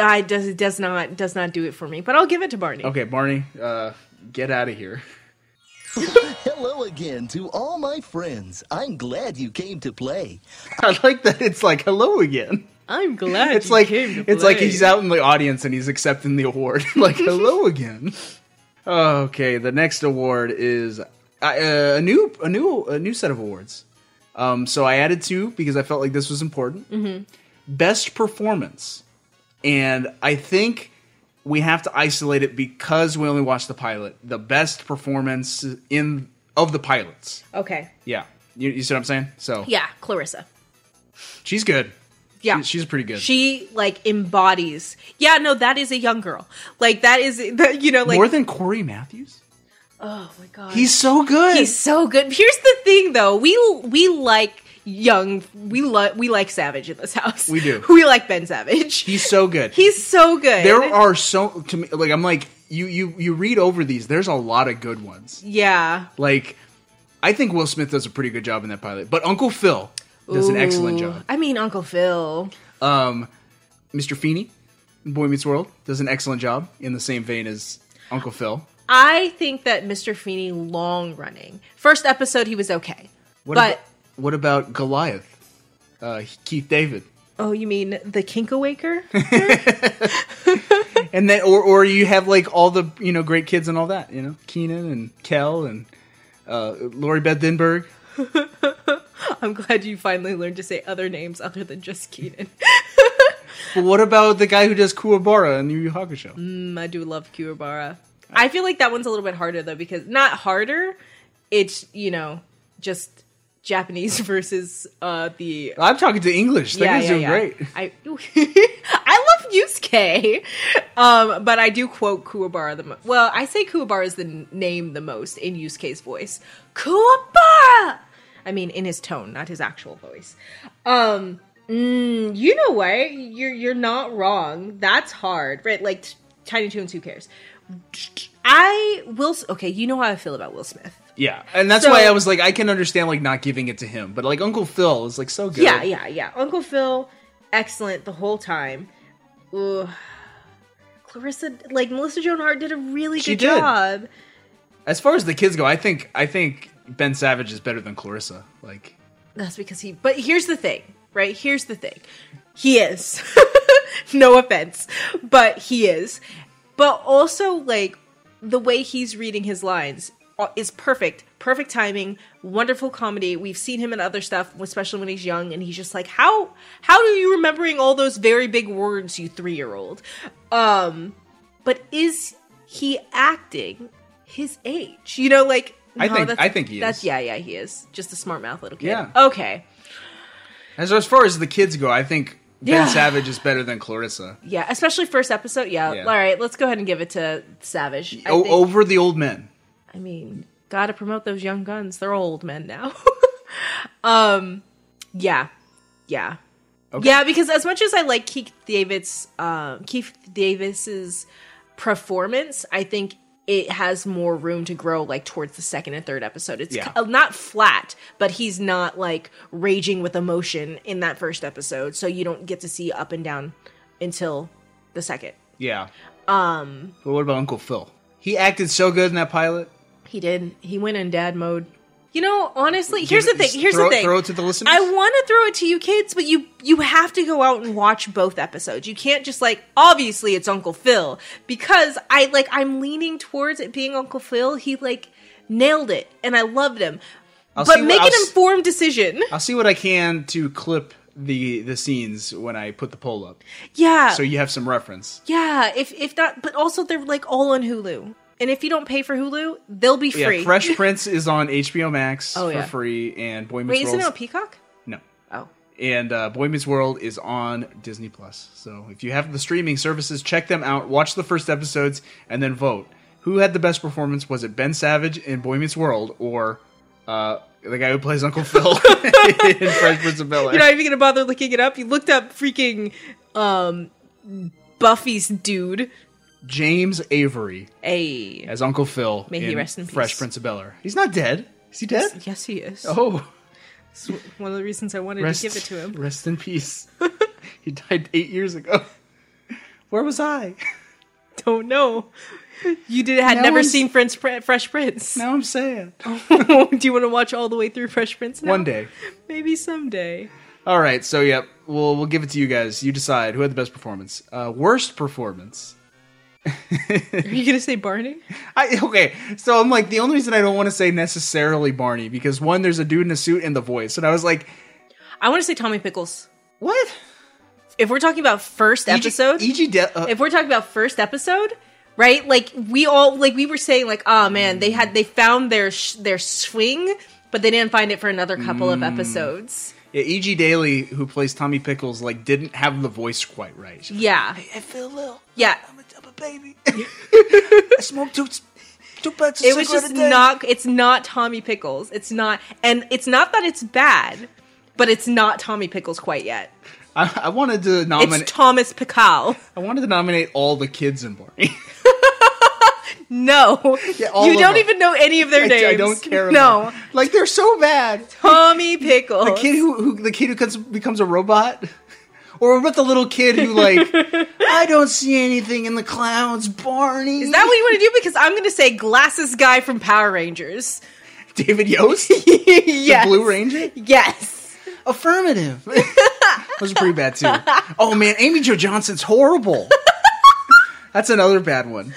I does it does not does not do it for me. But I'll give it to Barney.
okay barney uh get out of here
Hello again to all my friends. I'm glad you came to play.
i like that it's like hello again
I'm glad
it's like it's like he's out in the audience and he's accepting the award like hello again okay the next award is uh, a new a new a new set of awards Um, so I added two because I felt like this was important.
Mm-hmm.
Best performance, and I think we have to isolate it because we only watched the pilot. The best performance in of the pilots.
Okay.
Yeah, you, you see what I'm saying? So
Yeah, Clarissa.
she's good.
Yeah.
She- she's pretty good.
She like embodies. Yeah, no, that is a young girl. Like that is that you know like
more than Corey Matthews.
Oh my god.
He's so good.
He's so good. Here's the thing though. We we like young we like we like Savage in this house.
We do.
We like Ben Savage.
He's so good.
He's so good.
there are so to me like I'm like you you you read over these. There's a lot of good ones.
Yeah.
Like I think Will Smith does a pretty good job in that pilot, but Uncle Phil does an excellent
Ooh.
job.
I mean Uncle Phil.
Um, Mr. Feeney, in Boy Meets World, does an excellent job in the same vein as Uncle Phil.
I think that Mr. Feeney long running. First episode he was okay.
What
but
about, what about Goliath? Uh, Keith David,
oh, you mean the Kinkawaker?
and then or or you have like all the you know great kids and all that you know Keenan and Kel and uh, Lori Beth Denberg.
I'm glad you finally learned to say other names other than just Keenan.
But what about the guy who does Kuwabara in Yu Yu Hakusho?
Mm, I do love Kiwabara. I feel like that one's a little bit harder though because not harder. It's you know just Japanese versus uh the.
I'm talking to English. That guy's doing great.
I I love Yusuke, um, but I do quote Kuwabara the most. Well, I say Kuwabara is the n- name the most in Yusuke's voice. Kuwabara. I mean, in his tone, not his actual voice. Um, mm, you know what? You're you're not wrong. That's hard, right? Like t- Tiny Toons. Who cares? I will. s- Okay, you know how I feel about Will Smith.
Yeah, and that's
So-
why I was like, I can understand like not giving it to him, but like Uncle Phil is like so good.
Yeah, yeah, yeah. Uncle Phil, excellent the whole time. Ugh. Clarissa, like Melissa Joan Hart, did a really
She
good
did.
job.
As far as the kids go, I think I think Ben Savage is better than Clarissa. Like
That's because he. But here's the thing, right? Here's the thing. He is. no offense, but he is. But also, like the way he's reading his lines uh, is perfect. Perfect timing, wonderful comedy. We've seen him in other stuff, especially when he's young, and he's just like, how how are you remembering all those very big words, you three year old? Um, but is he acting his age? You know, like
I think-
that's-
I think he
that's,
is.
Yeah, yeah, he is. Just a smart mouth little kid.
Yeah.
Okay.
as as far as the kids go, I think
Yeah.
Ben Savage is better than Clarissa.
Yeah, especially first episode. Yeah.
Yeah.
All right, let's go ahead and give it to Savage. I,
O-
think-
over the old men.
I mean, gotta promote those young guns. They're old men now. um, yeah, yeah,
Okay.
yeah. Because as much as I like Keith Davis, um, Keith Davis's performance, I think it has more room to grow. Like towards the second and third episode, it's
Yeah.
uh, not flat, but he's not like raging with emotion in that first episode. So you don't get to see up and down until the second.
Yeah,
Um,
but what about Uncle Phil? He acted so good in that pilot.
He did. He went in dad mode. You know, honestly, here's
Give
the
it-
thing. Here's
throw-
the thing.
throw it to the listeners?
I want to throw it to you kids, but you you have to go out and watch both episodes. You can't just like obviously it's Uncle Phil because I like I'm leaning towards it being Uncle Phil. He like nailed it and I loved him.
I'll
but
see what-
make
I'll
an
s-
informed decision.
I'll see what I can to clip the the scenes when I put the poll up.
Yeah.
So you have some reference.
Yeah, if if not but also they're like all on Hulu. And if you don't pay for Hulu, they'll be free.
Yeah, Fresh Prince is on HBO Max
Oh,
for
yeah.
free, and Boy Meets
Wait, isn't
World's
it on Peacock?
No.
Oh.
And uh, Boy Meets World is on Disney Plus. So if you have the streaming services, check them out. Watch the first episodes and then vote. Who had the best performance? Was it Ben Savage in Boy Meets World or uh, the guy who plays Uncle Phil in Fresh Prince of Bel Air?
You're not even gonna bother looking it up. You looked up freaking um Buffy's dude.
James Avery
A
as Uncle Phil
May he rest in peace.
Fresh Prince of Bel Air. He's not dead. Is he dead?
Yes, yes, he is.
Oh.
It's one of the reasons I wanted
Rest-
to give it to him.
Rest in peace. he died eight years ago. Where was I?
Don't know. You did had
Now
never
I'm s-
seen Prince, Pre- Fresh Prince.
Now I'm sad.
Oh, Do you want to watch all the way through Fresh Prince? Now?
One day.
maybe someday.
All right, so yep, we'll we'll give it to you guys. You decide who had the best performance. Uh, worst performance.
Are you gonna say Barney?
I okay. So I'm like the only reason I don't want to say necessarily Barney because one, there's a dude in a suit and the voice, and I was like,
I want to say Tommy Pickles.
What? E
If we're talking about first episode,
E.G. De- uh,
if we're talking about first episode, right? Like we all like we were saying like, oh man, they had they found their sh- their swing, but they didn't find it for another couple
Mm.
of episodes.
yeah, E.G. Daly, who plays Tommy Pickles, like didn't have the voice quite right. She-
Yeah,
I feel ill.
yeah.
I'm a baby. I smoke two, two packs of
It was just not. It's not Tommy Pickles. It's not, and it's not that it's bad, but it's not Tommy Pickles quite yet.
I, I wanted to nominate.
it's Thomas Pickal.
I wanted to nominate all the kids in Barney.
No,
all
you
of
don't
them.
even know any of their
I,
names.
I don't care.
No,
About like they're so bad.
Tommy Pickles.
The kid who, who the kid who comes, becomes a robot, or what about the little kid who like I don't see anything in the clouds, Barney.
Is that what you want to do? Because I'm going to say glasses guy from Power Rangers.
David Yost,
yes.
the Blue Ranger.
Yes.
Affirmative. Those are pretty bad too. Oh man, Amy Jo Johnson's horrible. That's another bad one.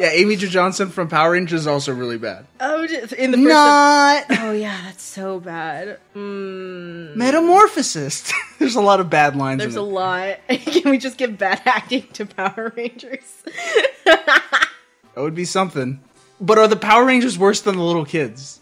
Yeah, Amy Jo Johnson from Power Rangers is also really bad.
Oh, just in the first
Not-
Oh yeah, that's so bad. Mm.
Metamorphosis. There's a lot of bad lines.
There's
in
a
it.
lot. Can we just give bad acting to Power Rangers?
That would be something. But are the Power Rangers worse than the little kids?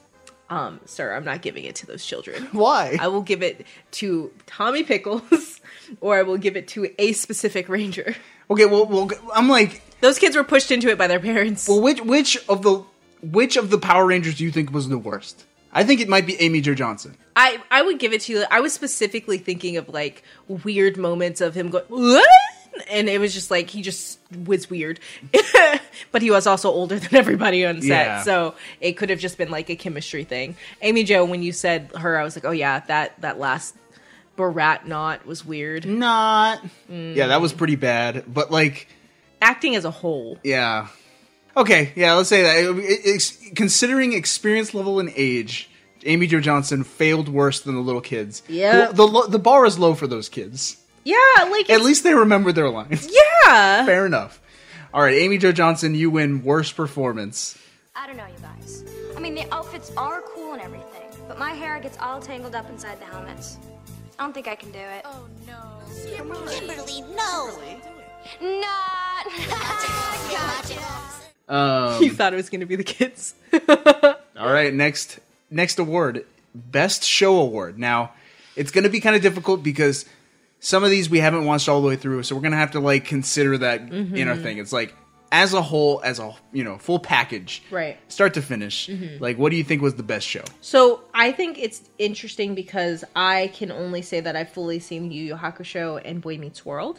Um, sir, I'm not giving it to those children.
Why?
I will give it to Tommy Pickles, or I will give it to a specific ranger.
Okay, well, well I'm like
those kids were pushed into it by their parents.
Well, which which of the which of the Power Rangers do you think was the worst? I think it might be Amy Jo Johnson.
I I would give it to you. I was specifically thinking of like weird moments of him going, "What?" and it was just like he just was weird. but he was also older than everybody on set,
Yeah.
so it could have just been like a chemistry thing. Amy Jo, when you said her, I was like, "Oh yeah, that that last Barat knot was weird."
Not. Yeah, that was pretty bad. But like,
acting as a whole.
yeah. Okay, yeah, let's say that. It- it- it's- considering experience level and age, Amy Jo Johnson failed worse than the little kids.
Yeah.
the the, lo- the bar is low for those kids.
Yeah, like
At least they remember their lines.
Yeah.
Fair enough. All right, Amy Jo Johnson, you win worst performance.
I don't know, you guys. I mean, the outfits are cool and everything, but my hair gets all tangled up inside the helmets. I don't think I can do it. Oh, no.
Kimberly, no.
Not.
Um,
you thought it was going to be the kids.
All right, next next award, best show award. Now, it's going to be kind of difficult because some of these we haven't watched all the way through, so we're going to have to like consider that in our
Mhm.
thing. It's like as a whole, as a you know full package,
Right.
start to finish.
Mhm.
Like, what do you think was the best show?
So I think it's interesting because I can only say that I've fully seen Yu Yu Hakusho and Boy Meets World.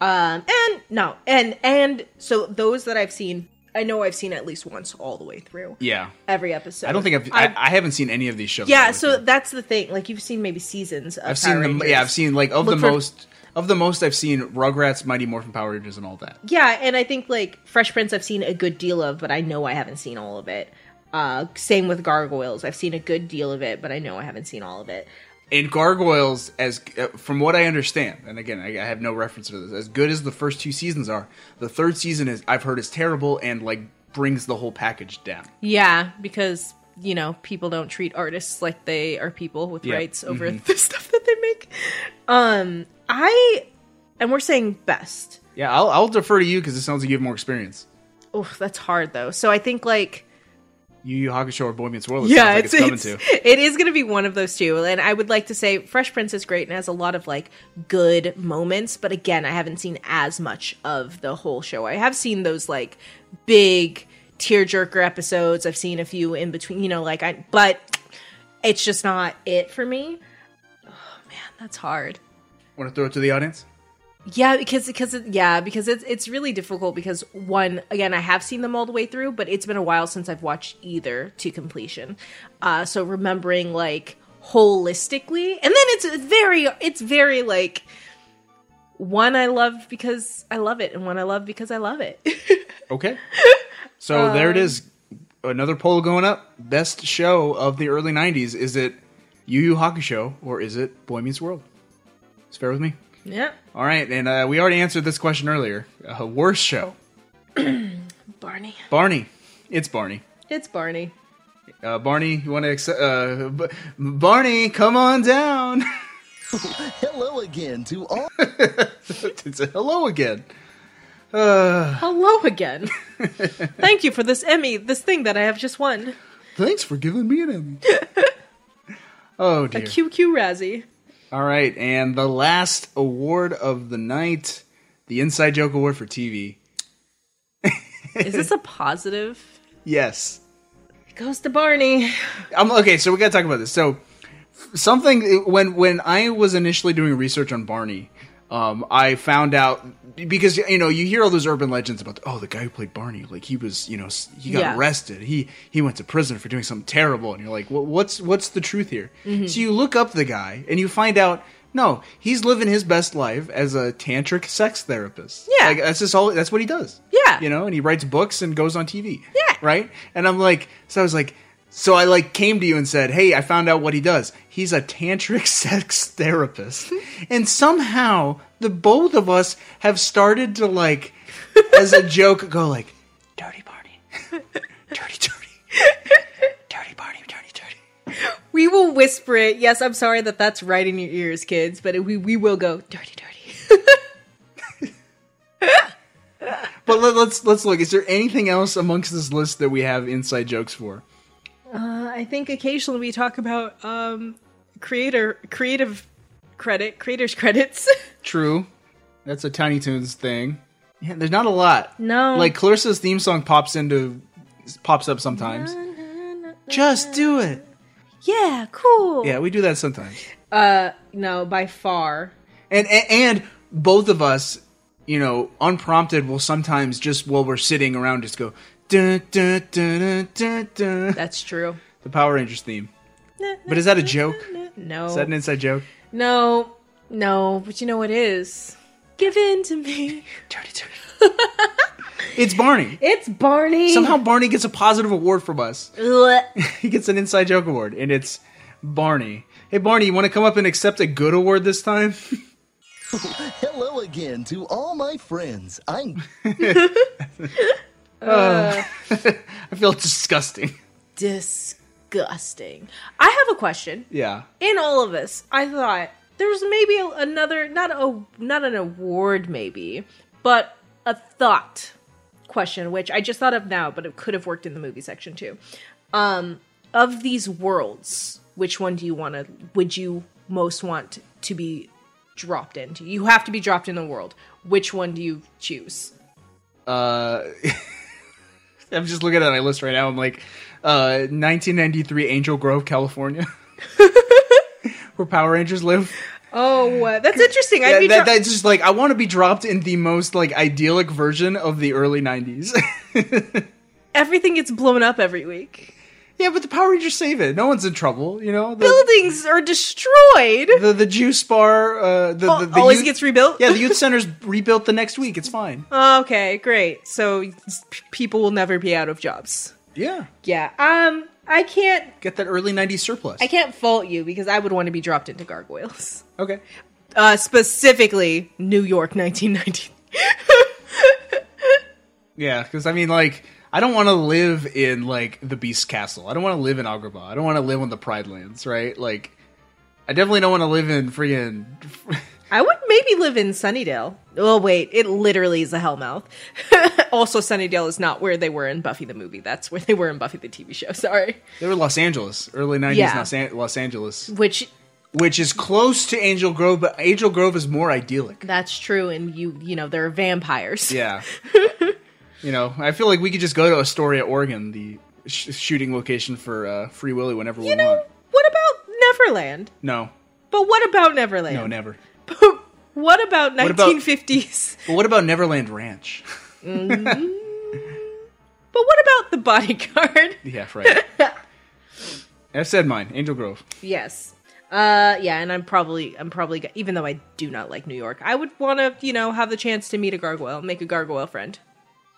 Um, and no, and and so those that I've seen, I know I've seen at least once all the way through
Yeah,
every episode.
I don't think I've, I, I haven't seen any of these shows.
yeah, so that's the thing. Like you've seen maybe seasons. Of
I've seen
Power
them.
Rangers.
Yeah, I've seen like of
Look
the
for-
most of the most I've seen Rugrats, Mighty Morphin Power Rangers, and all that.
Yeah, and I think like Fresh Prince, I've seen a good deal of, but I know I haven't seen all of it. Uh, same with Gargoyles, I've seen a good deal of it, but I know I haven't seen all of it.
And Gargoyles, as uh, from what I understand, and again, I, I have no reference to this. As good as the first two seasons are, the third season is I've heard is terrible and like brings the whole package down.
Yeah, because you know people don't treat artists like they are people with
Yeah.
rights over
Mhm.
the stuff that they make. Um, I and we're saying best.
Yeah, I'll, I'll defer to you because it sounds like you have more experience.
Oh, that's hard though. So I think like
Yu Yu Hakusho or Boy Meets World. It
yeah,
sounds like
it's,
it's, coming
it's,
to.
it is going to be one of those two. And I would like to say Fresh Prince is great and has a lot of like good moments, but again, I haven't seen as much of the whole show. I have seen those like big tearjerker episodes. I've seen a few in between, you know, like I but it's just not it for me. Oh man, that's hard.
Want to throw it to the audience?
Yeah, because because it, yeah, because it's it's really difficult because one again I have seen them all the way through, but it's been a while since I've watched either to completion. Uh so remembering like holistically. And then it's very it's very like one I love because I love it and one I love because I love it.
Okay. So there it
Um,
is. Another poll going up. Best show of the early '90s. Is it Yu Yu Hakusho or is it Boy Meets World? It's fair with me.
yeah.
All right, and uh, we already answered this question earlier. Uh, worst show.
Barney.
Barney. It's Barney.
It's Barney.
Uh, Barney, you want to? Ex- uh, B- Barney, come on down.
Hello again to all.
it's a hello again. Uh,
Hello again. Thank you for this Emmy, this thing that I have just won.
thanks for giving me an Emmy. oh
A
dear.
QQ Razzie.
All right, and the last award of the night, the Inside Joke Award for TV.
Is this a positive?
Yes.
It goes to Barney.
Um, okay, so we got to talk about this. So f- something when when I was initially doing research on Barney, um, I found out because you know you hear all those urban legends about oh the guy who played Barney like he was you know s- he got
Yeah.
arrested he he went to prison for doing something terrible and you're like well, what's what's the truth here?
Mhm.
So you look up the guy and you find out. No, he's living his best life as a tantric sex therapist. Yeah, like, that's just all. That's what he does.
Yeah.
You know, and he writes books and goes on TV. Yeah. Right? And I'm like, so I was like, so I like came to you and said, hey, I found out what he does. He's a tantric sex therapist. and somehow the both of us have started to like, as a joke, go like,
We will whisper it. Yes, I'm sorry that that's right in your ears, kids, but we, we will go dirty, dirty.
but let, let's let's look. Is there anything else amongst this list that we have inside jokes for?
Uh, I think occasionally we talk about um, creator creative credit creators credits.
True. That's a Tiny Toons thing. Yeah, there's not a lot.
No.
Like Clarissa's theme song pops into pops up sometimes. Just do it.
yeah, cool.
Yeah, we do that sometimes.
Uh, no, by far.
And, and and both of us, you know, unprompted will sometimes just while we're sitting around just go dun, dun, dun, dun, dun, dun.
That's true.
The Power Rangers theme.
Nah,
But is that a joke?
No.
Is that an inside joke?
No, no, but you know it is. Give in to me.
It's Barney.
It's Barney.
Somehow Barney gets a positive award from us.
Ugh.
he gets an inside joke award and it's Barney. Hey Barney, you want to come up and accept a good award this time?
Hello again to all my friends. I'm.
Uh. I feel disgusting.
Disgusting. I have a question.
Yeah.
In all of this, I thought there was maybe a- another not a not an award maybe, but a thought question which I just thought of now, but it could have worked in the movie section too. Um of these worlds, which one do you want to would you most want to be dropped into? You have to be dropped in the world. Which one do you choose?
Uh I'm just looking at my list right now. I'm like uh 1993 Angel Grove, California. Where Power Rangers live.
Oh, uh, that's interesting. I'd
Yeah,
be
that,
dro-
that's just like I want to be dropped in the most like idyllic version of the early '90s.
everything gets blown up every week.
yeah, but the Power Rangers save it. No one's in trouble, you know. The,
Buildings are destroyed.
the the juice bar, uh, the, the, the
Oh, always
youth-
gets rebuilt.
Yeah, the youth center's rebuilt the next week. It's fine.
Okay, great. So p- people will never be out of jobs.
Yeah,
Yeah. Um, I can't.
get that early '90s surplus.
I can't fault you because I would want to be dropped into gargoyles.
Okay.
Uh, specifically New York, 1990.
Yeah, because I mean, like, I don't want to live in like the Beast Castle. I don't want to live in Agrabah. I don't want to live on the Pride Lands, right? Like, I definitely don't want to live in friggin'
I would maybe live in Sunnydale. Oh wait, it literally is a hellmouth. also, Sunnydale is not where they were in Buffy the movie. That's where they were in Buffy the TV show. Sorry.
They were Los Angeles, early '90s
Yeah.
Los, An- Los Angeles,
Which
which is close to Angel Grove, but Angel Grove is more idyllic.
that's true, and you you know there are vampires.
Yeah, you know, I feel like we could just go to Astoria, Oregon, the sh- shooting location for uh, Free Willy, whenever we want.
What about Neverland?
No,
But what about Neverland?
no, never.
What about
What about-
1950s?
But what about Neverland Ranch?
Mm. but what about the bodyguard?
Yeah, right. I've said mine, Angel Grove.
yes. Uh yeah, and I'm probably I'm probably go- even though I do not like New York, I would want to, you know, have the chance to meet a gargoyle, make a gargoyle friend.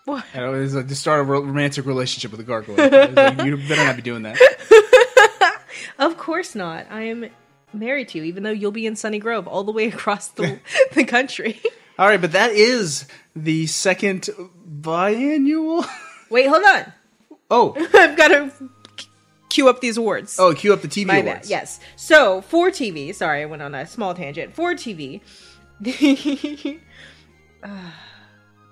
I don't know, it's like to start a ro- romantic relationship with a gargoyle. It's like, you better not be doing that.
Of course not. I am married to you even though you'll be in Sunny Grove all the way across the the country.
All right, but that is the second biannual?
Wait, hold on.
Oh.
I've got to queue up these awards.
Oh, queue up the TV
My
awards.
bad. Yes. So for TV, sorry, I went on a small tangent. For TV, the uh,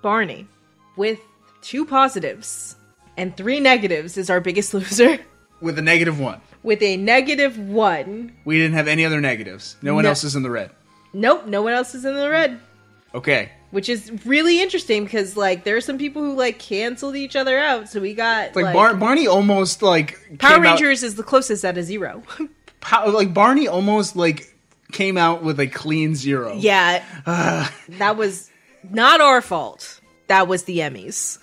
Barney with two positives and three negatives is our biggest loser
With a negative one.
with a negative one.
We didn't have any other negatives. No one
No.
else is in the red.
Nope, no one else is in the red.
Okay.
Which is really interesting because like there are some people who like canceled each other out, so we got
It's like, Bar- Barney almost like
Power
came out-
Rangers is the closest at a zero.
pow- like Barney almost like came out with a clean zero.
yeah,
Ah,
that was not our fault. That was the Emmys.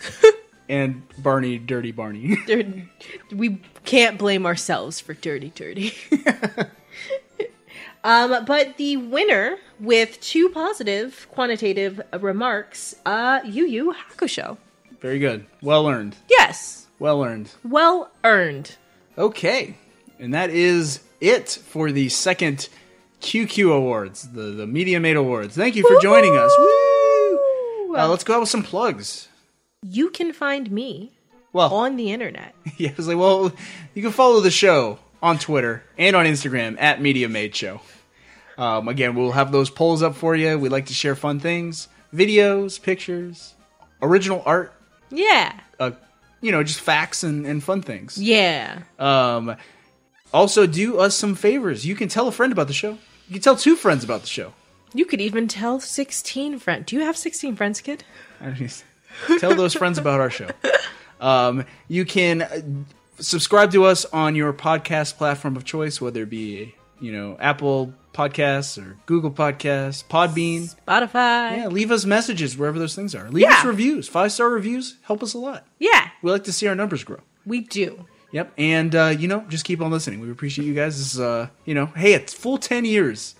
and Barney, dirty Barney.
They're- we can't blame ourselves for dirty, dirty. um, but the winner with two positive quantitative remarks, uh, Yu Yu Hakusho.
Very good. Well earned.
Yes,
Well earned.
well earned.
Okay. And that is it for the second QQ Awards, the, the Media Made Awards. Thank you for joining us. Woo! Uh, let's go out with some plugs.
You can find me
Well,
on the internet.
yeah, I was like, well, you can follow the show on Twitter and on Instagram at Media Made Show. Um, again, we'll have those polls up for you. We like to share fun things, videos, pictures, original art,
Yeah,
uh, you know, just facts and, and fun things.
yeah.
Um, also, do us some favors. You can tell a friend about the show. You can tell two friends about the show.
You could even tell 16 friends. Do you have 16 friends, kid?
I just- tell those friends about our show. Um, you can uh, subscribe to us on your podcast platform of choice, whether it be you know Apple Podcasts or Google Podcasts, Podbean,
Spotify.
Yeah, leave us messages wherever those things are. Leave us
Yeah.
reviews, five star reviews help us a lot.
Yeah,
We like to see our numbers grow.
we do.
Yep, and uh, you know, just keep on listening. We appreciate you guys. This is, uh, you know, hey, it's full ten years.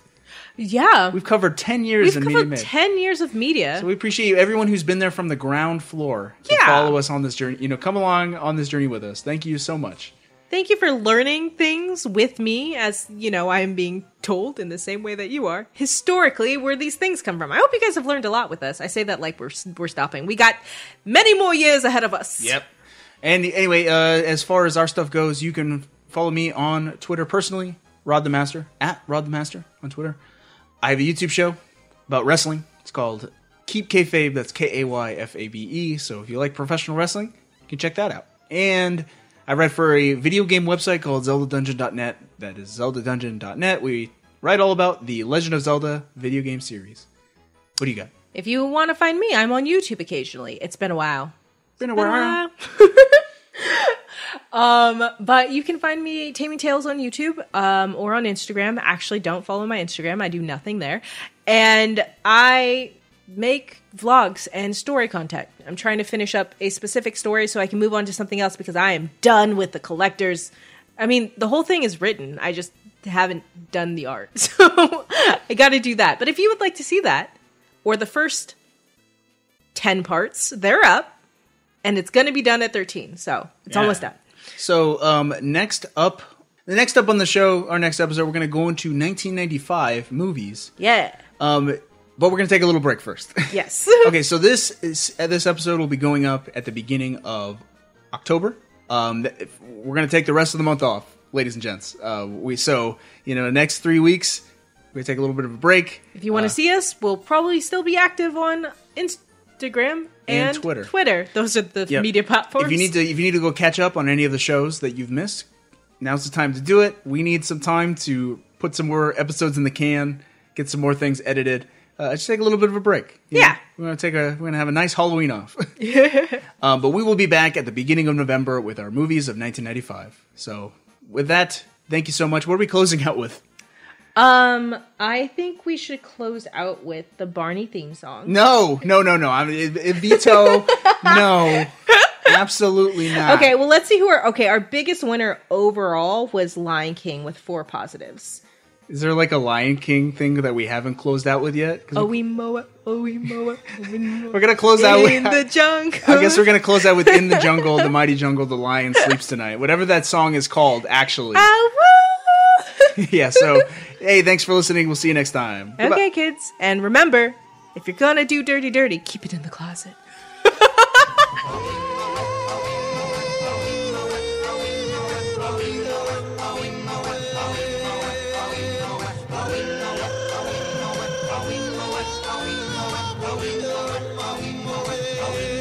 Yeah.
We've covered ten years
We've
in
covered
Media Made.
10 years of media.
So we appreciate you, everyone who's been there from the ground floor to
Yeah.
follow us on this journey. You know, come along on this journey with us. Thank you so much.
Thank you for learning things with me as, you know, I'm being told in the same way that you are. Historically, where these things come from. I hope you guys have learned a lot with us. I say that like we're we're stopping. We got many more years ahead of us.
And anyway, uh, as far as our stuff goes, you can follow me on Twitter personally, Rod the Master at Rod the Master on Twitter. I have a YouTube show about wrestling. It's called Keep Kayfabe. That's K A Y F A B E. So if you like professional wrestling, you can check that out. And I write for a video game website called ZeldaDungeon.net. That is ZeldaDungeon.net. We write all about the Legend of Zelda video game series. What do you got?
If you want to find me, I'm on YouTube occasionally. It's been a while.
Been
a
while.
um, but you can find me Taming Tales on YouTube um, or on Instagram. Actually, don't follow my Instagram. I do nothing there. And I make vlogs and story content. I'm trying to finish up a specific story so I can move on to something else because I am done with the collectors. I mean, the whole thing is written. I just haven't done the art. So I got to do that. But if you would like to see that, or the first 10 parts. They're up, and it's going to be done at 13. So it's
Yeah.
almost up.
So um, next up, the next up on the show, our next episode, we're going to go into 1995 movies.
Yeah.
Um, but we're going to take a little break first.
Yes.
okay, so this is, uh, this episode will be going up at the beginning of October. Um, th- if- we're going to take the rest of the month off, ladies and gents. Uh, we so you know next three weeks we're going to take a little bit of a break.
If you want to
Uh,
see us, we'll probably still be active on Instagram and,
Twitter.
Twitter. Those are the
Yep.
media platforms.
If you need to, if you need to go catch up on any of the shows that you've missed, now's the time to do it. We need some time to put some more episodes in the can, get some more things edited. Uh, just take a little bit of a break. yeah, we're gonna take a we're gonna have a nice Halloween off. um, but we will be back at the beginning of November with our movies of 1995. So with that, thank you so much. What are we closing out with?
Um, I think we should close out with the Barney theme song.
No, no, no, no. I'm it, it veto. no, absolutely not.
Okay, well, let's see who our okay. Our biggest winner overall was Lion King with four positives.
Is there like a Lion King thing that we haven't closed out with yet? 'Cause
Oh, we moa, oh, we moa, oh, we moa.
We're gonna close out with-
in the jungle.
I guess we're gonna close out with "In the Jungle, the Mighty Jungle, the Lion Sleeps Tonight," whatever that song is called. Actually,
Ah, woo!
yeah. So, hey, thanks for listening. We'll see you next time. Goodbye.
Okay, kids. And remember, if you're gonna do dirty, dirty, keep it in the closet.
How we know it, how we know it, how we